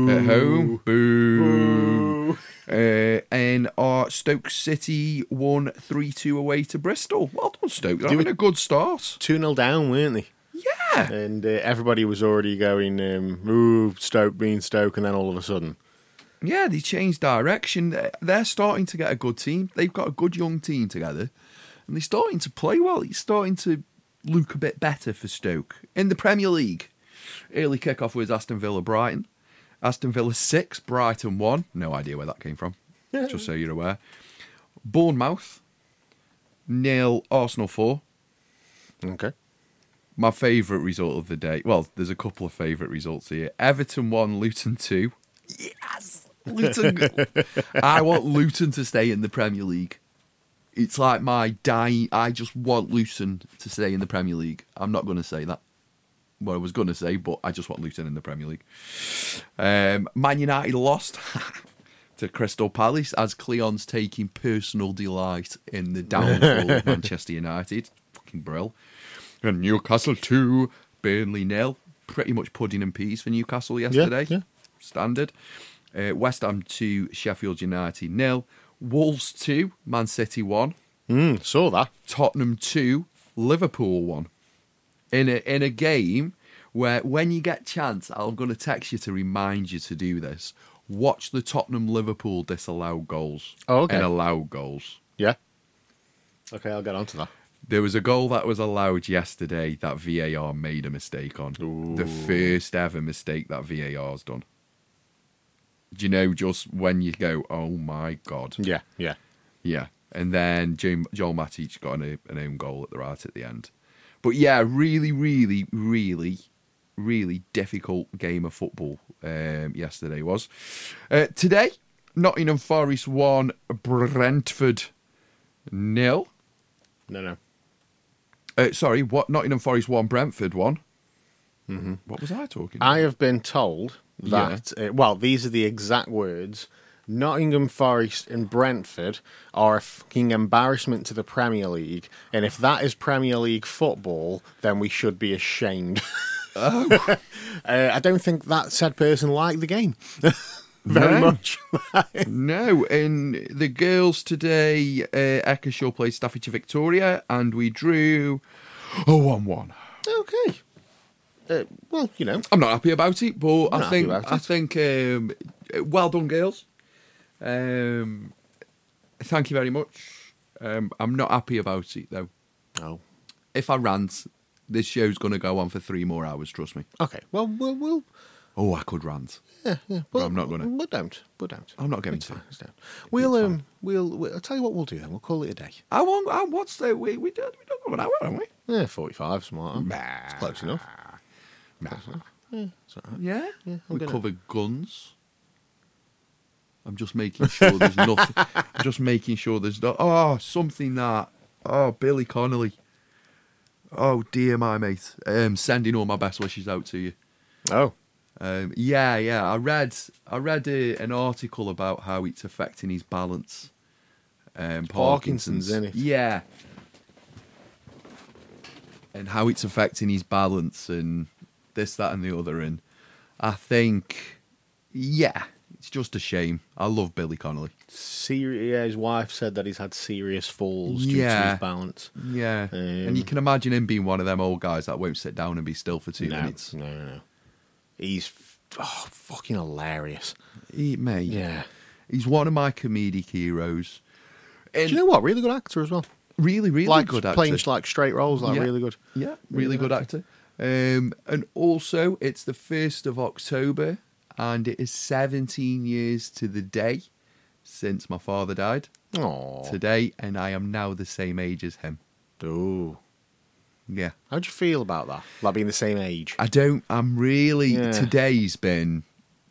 Speaker 2: at home boo. Uh, and our Stoke City won 3 2 away to Bristol. Well done, Stoke. They're
Speaker 3: Do
Speaker 2: having
Speaker 3: it.
Speaker 2: a good start.
Speaker 3: Two 0 down, weren't they?
Speaker 2: Yeah.
Speaker 3: And uh, everybody was already going, um, "Ooh, Stoke being Stoke," and then all of a sudden,
Speaker 2: Yeah, they changed direction. They're- They're starting to get a good team. They've got a good young team together. And they're starting to play well. It's starting to look a bit better for Stoke. In the Premier League, early kickoff was Aston Villa Brighton. Aston Villa 6, Brighton 1. No idea where that came from, just so you're aware. Bournemouth, nil, Arsenal 4.
Speaker 3: okay,
Speaker 2: My favourite result of the day. Well, there's a couple of favourite results here. Everton one, Luton two. Yes, Luton. I want Luton to stay in the Premier League. It's like my dying. I just want Luton to stay in the Premier League. I'm not going to say that. What I was going to say, but I just want Luton in the Premier League. Um, Man United lost to Crystal Palace as Cleon's taking personal delight in the downfall of Manchester United. Fucking brill. And Newcastle 2, Burnley nil. Pretty much pudding and peas for Newcastle yesterday.
Speaker 3: yeah.
Speaker 2: Standard. Uh, West Ham 2, Sheffield United nil. Wolves 2, Man City 1.
Speaker 3: mm, saw that.
Speaker 2: Tottenham 2, Liverpool 1. In a, in a game where, when you get chance, I'm going to text you to remind you to do this. Watch the Tottenham Liverpool disallow goals
Speaker 3: Oh, okay.
Speaker 2: and allow goals.
Speaker 3: Yeah. Okay, I'll get on to that.
Speaker 2: There was a goal that was allowed yesterday that VAR made a mistake on. The first ever mistake that VAR's done. Do you know just when you go, oh my God?
Speaker 3: Yeah, yeah.
Speaker 2: Yeah, and then Jim, Joel Matic got an, an own goal at the right at the end. But yeah, really, really, really, really difficult game of football um, yesterday was. Uh, today, Nottingham Forest won Brentford nil.
Speaker 3: No, no.
Speaker 2: Uh, sorry, what Nottingham Forest won Brentford one. Mm-hmm. What was I talking?
Speaker 3: I have been told that, uh, well, these are the exact words Nottingham Forest and Brentford are a fucking embarrassment to the Premier League. And if that is Premier League football, then we should be ashamed.
Speaker 2: Oh.
Speaker 3: uh, I don't think that said person liked the game very
Speaker 2: No.
Speaker 3: much.
Speaker 2: No, in the girls today, uh, Ekershaw played Staffordshire Victoria, and we drew a one-one.
Speaker 3: okay. Uh, well, you know.
Speaker 2: I'm not happy about it, but I
Speaker 3: not
Speaker 2: think
Speaker 3: happy about
Speaker 2: I
Speaker 3: it.
Speaker 2: think um, well done, girls. Um, thank you very much. Um, I'm not happy about it though.
Speaker 3: Oh.
Speaker 2: If I rant, this show's going to go on for three more hours. Trust me.
Speaker 3: Okay. Well, we'll. we'll
Speaker 2: Oh, I could rant.
Speaker 3: yeah, yeah.
Speaker 2: But I'm not gonna. Oh.
Speaker 3: We don't. We don't.
Speaker 2: I'm not going
Speaker 3: It's
Speaker 2: to.
Speaker 3: fine, it's fine. We'll um, we'll, we'll. I'll tell you what we'll do then. We'll call it a day.
Speaker 2: I won't. I what's the we we don't we don't go an hour, haven't we?
Speaker 3: Yeah, forty-five, smart.
Speaker 2: Nah.
Speaker 3: It's close enough.
Speaker 2: Nah.
Speaker 3: It's all right.
Speaker 2: Yeah.
Speaker 3: Yeah, I'm
Speaker 2: we
Speaker 3: gonna-
Speaker 2: covered guns. I'm just making sure there's nothing. I'm just making sure there's not. Oh, something that. Oh, Billy Connolly. Oh dear, my mate. Um, sending all my best wishes out to you.
Speaker 3: Oh,
Speaker 2: Um, yeah, yeah. I read. I read uh, an article about how it's affecting his balance. um,
Speaker 3: Parkinson's,
Speaker 2: Parkinson's,
Speaker 3: innit?
Speaker 2: Yeah. And how it's affecting his balance and this, that, and the other. And I think, yeah, it's just a shame. I love Billy Connolly.
Speaker 3: Seri- yeah, his wife said that he's had serious falls due to
Speaker 2: Yeah.
Speaker 3: his balance.
Speaker 2: Yeah.
Speaker 3: Um,
Speaker 2: and you can imagine him being one of them old guys that won't sit down and be still for two
Speaker 3: No,
Speaker 2: minutes.
Speaker 3: no, no, no. He's f- oh, fucking hilarious.
Speaker 2: He, mate,
Speaker 3: Yeah.
Speaker 2: he's one of my comedic heroes. And
Speaker 3: Do you know what? Really good actor as well.
Speaker 2: really, really
Speaker 3: like
Speaker 2: good actor.
Speaker 3: playing like straight roles, like
Speaker 2: Yeah.
Speaker 3: really good.
Speaker 2: Yeah, really good actor. Um, and also, it's the 1st of October, and it is 17 years to the day since my father died
Speaker 3: Oh,
Speaker 2: today, and I am now the same age as him.
Speaker 3: ooh.
Speaker 2: Yeah.
Speaker 3: How'd you feel about that? Like being the same age?
Speaker 2: I don't, I'm really,
Speaker 3: Yeah.
Speaker 2: today's been,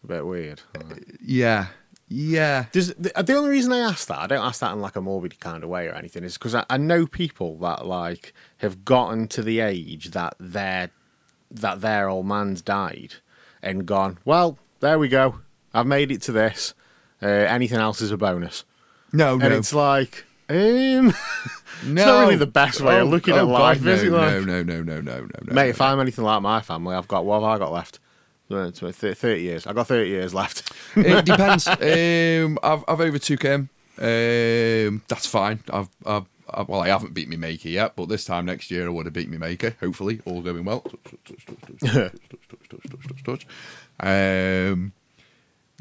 Speaker 3: A bit weird. Alright.
Speaker 2: yeah, yeah.
Speaker 3: Does the, uh, the only reason I ask that, I don't ask that in like a morbid kind of way or anything, is because I, I know people that like have gotten to the age that their that their old man's died and gone. Well, there we go. I've made it to this. Uh, anything else is a bonus.
Speaker 2: No,
Speaker 3: And
Speaker 2: no.
Speaker 3: it's like, um,
Speaker 2: no. Oh,
Speaker 3: not really the best way of looking at life,
Speaker 2: no,
Speaker 3: is it, like?
Speaker 2: No, no, no, no, no, no, no.
Speaker 3: mate, if I'm anything like my family, I've got what have I got left? Uh, it's about thir- Thirty years. I got thirty years left.
Speaker 2: it depends. Um, I've I've overtook him. Um, that's fine. I've, I've i well, I haven't beat me maker yet, but this time next year I would have beat me maker. Hopefully, all going well. Touch, touch, touch, touch, touch, touch, touch, touch, touch, touch, touch. Um,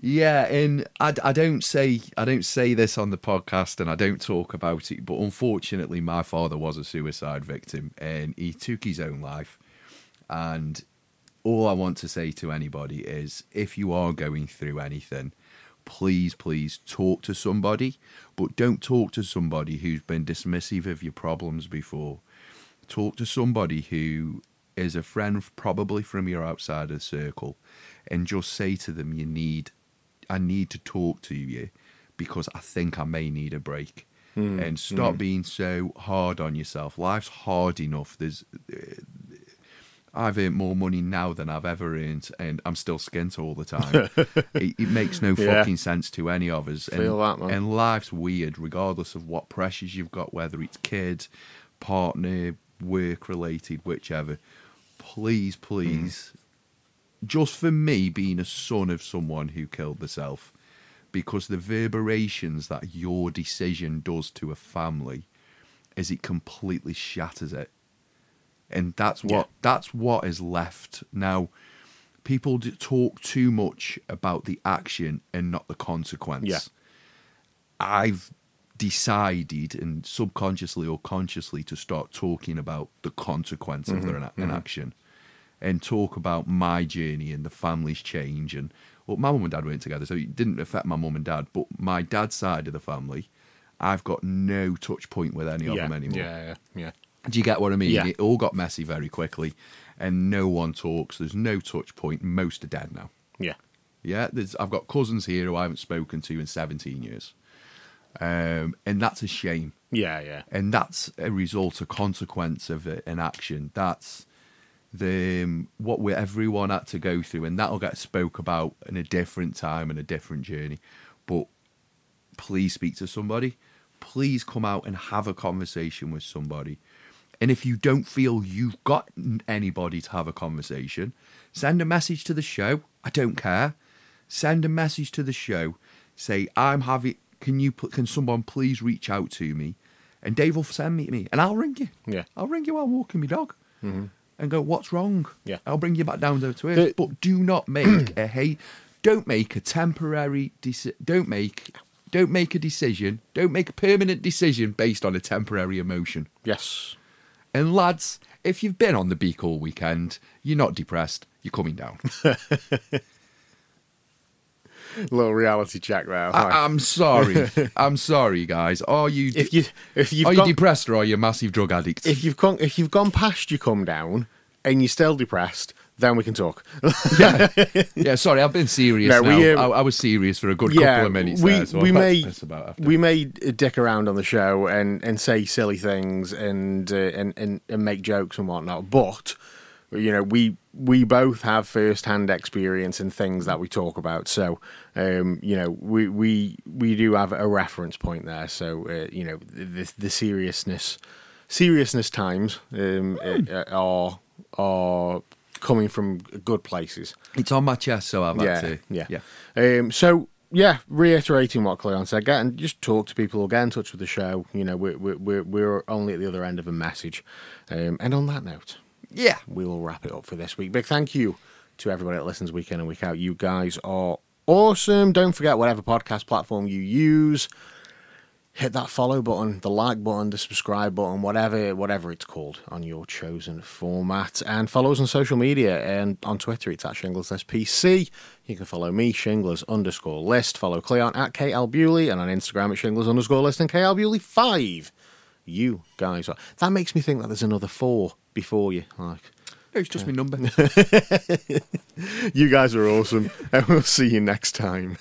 Speaker 2: yeah, and I, I don't say I don't say this on the podcast, and I don't talk about it. But unfortunately, my father was a suicide victim, and he took his own life. And all I want to say to anybody is if you are going through anything, please, please talk to somebody, but don't talk to somebody who's been dismissive of your problems before. Talk to somebody who is a friend, probably from your outsider circle, and just say to them, You need, I need to talk to you because I think I may need a break. And stop being so hard on yourself. Life's hard enough. There's uh, I've earned more money now than I've ever earned, and I'm still skint all the time. it, it makes no
Speaker 3: Yeah.
Speaker 2: fucking sense to any of us. And,
Speaker 3: Feel that, man.
Speaker 2: and life's weird, regardless of what pressures you've got, whether it's kids, partner, work related, whichever. Please, please,
Speaker 3: Mm-hmm.
Speaker 2: just for me being a son of someone who killed herself, because the reverberations that your decision does to a family is it completely shatters it and that's what that's what is left now people d- talk too much about the action and not the consequence
Speaker 3: Yeah.
Speaker 2: i've decided and subconsciously or consciously to start talking about the consequence
Speaker 3: Mm-hmm,
Speaker 2: of their ina- inaction and talk about my journey and the family's change and well my mum and dad weren't together so it didn't affect my mum and dad but my dad's side of the family i've got no touch point with any of them anymore
Speaker 3: yeah, yeah.
Speaker 2: do you get what I mean?
Speaker 3: Yeah.
Speaker 2: It all got messy very quickly, and no one talks. There's no touch point. Most are dead now.
Speaker 3: yeah.
Speaker 2: Yeah, there's, I've got cousins here who I haven't spoken to in 17 years, um, and that's a shame.
Speaker 3: Yeah, yeah.
Speaker 2: And that's a result, a consequence of a- an action. That's the um, what we everyone had to go through, and that'll get spoke about in a different time and a different journey. But please speak to somebody. Please come out and have a conversation with somebody. And if you don't feel you've got n- anybody to have a conversation, send a message to the show. I don't care. Send a message to the show. Say I'm having. Can you? pl- Can someone please reach out to me? And Dave will send me me, and I'll ring you.
Speaker 3: Yeah. Mm-hmm.
Speaker 2: I'll ring you while I'm walking my dog. And go, what's wrong?
Speaker 3: Yeah.
Speaker 2: I'll bring you back down there to earth.
Speaker 3: The-
Speaker 2: but do not make a hate. Don't make a temporary. Deci- don't make. Don't make a decision. Don't make a permanent decision based on a temporary emotion.
Speaker 3: Yes.
Speaker 2: And lads, if you've been on the beak all weekend, you're not depressed. You're coming down.
Speaker 3: Little reality check there.
Speaker 2: I- I'm sorry. I'm sorry, guys. Are you?
Speaker 3: if you if you've
Speaker 2: are
Speaker 3: gone,
Speaker 2: you depressed or are you a massive drug addict?
Speaker 3: if you've gone if you've gone past you come down and you're still depressed, then we can talk.
Speaker 2: yeah, sorry, I've been serious.
Speaker 3: No,
Speaker 2: now.
Speaker 3: we, um,
Speaker 2: I, I was serious for a good couple of minutes.
Speaker 3: we
Speaker 2: there, so
Speaker 3: we
Speaker 2: I've got to
Speaker 3: may
Speaker 2: piss about after.
Speaker 3: we may dick around on the show and and say silly things and uh, and, and and make jokes and whatnot, but you know we we both have first hand experience in things that we talk about so um you know we we we do have a reference point there so uh, you know the the seriousness seriousness times um
Speaker 2: Hmm.
Speaker 3: uh, uh, are are coming from good places
Speaker 2: It's on my chest, so I've
Speaker 3: yeah,
Speaker 2: had to.
Speaker 3: Yeah.
Speaker 2: yeah.
Speaker 3: Um, so, yeah, reiterating what Cleon said, get and just talk to people or get in touch with the show. You know, we're, we're, we're, we're only at the other end of a message. Um, and on that note,
Speaker 2: Yeah.
Speaker 3: we will wrap it up for this week. Big thank you to everybody that listens week in and week out. You guys are awesome. Don't forget, whatever podcast platform you use, hit that follow button, the like button, the subscribe button, whatever whatever it's called on your chosen format. And follow us on social media and on Twitter, it's at Shingles SPC. You can follow me, Shingles underscore list. Follow Cleon at KL Bewley and on Instagram at Shingles underscore list and KL Bewley 5. You guys are. That makes me think that there's another four before you. Like,
Speaker 2: No, it's just my number.
Speaker 3: you guys are awesome, and we'll see you next time.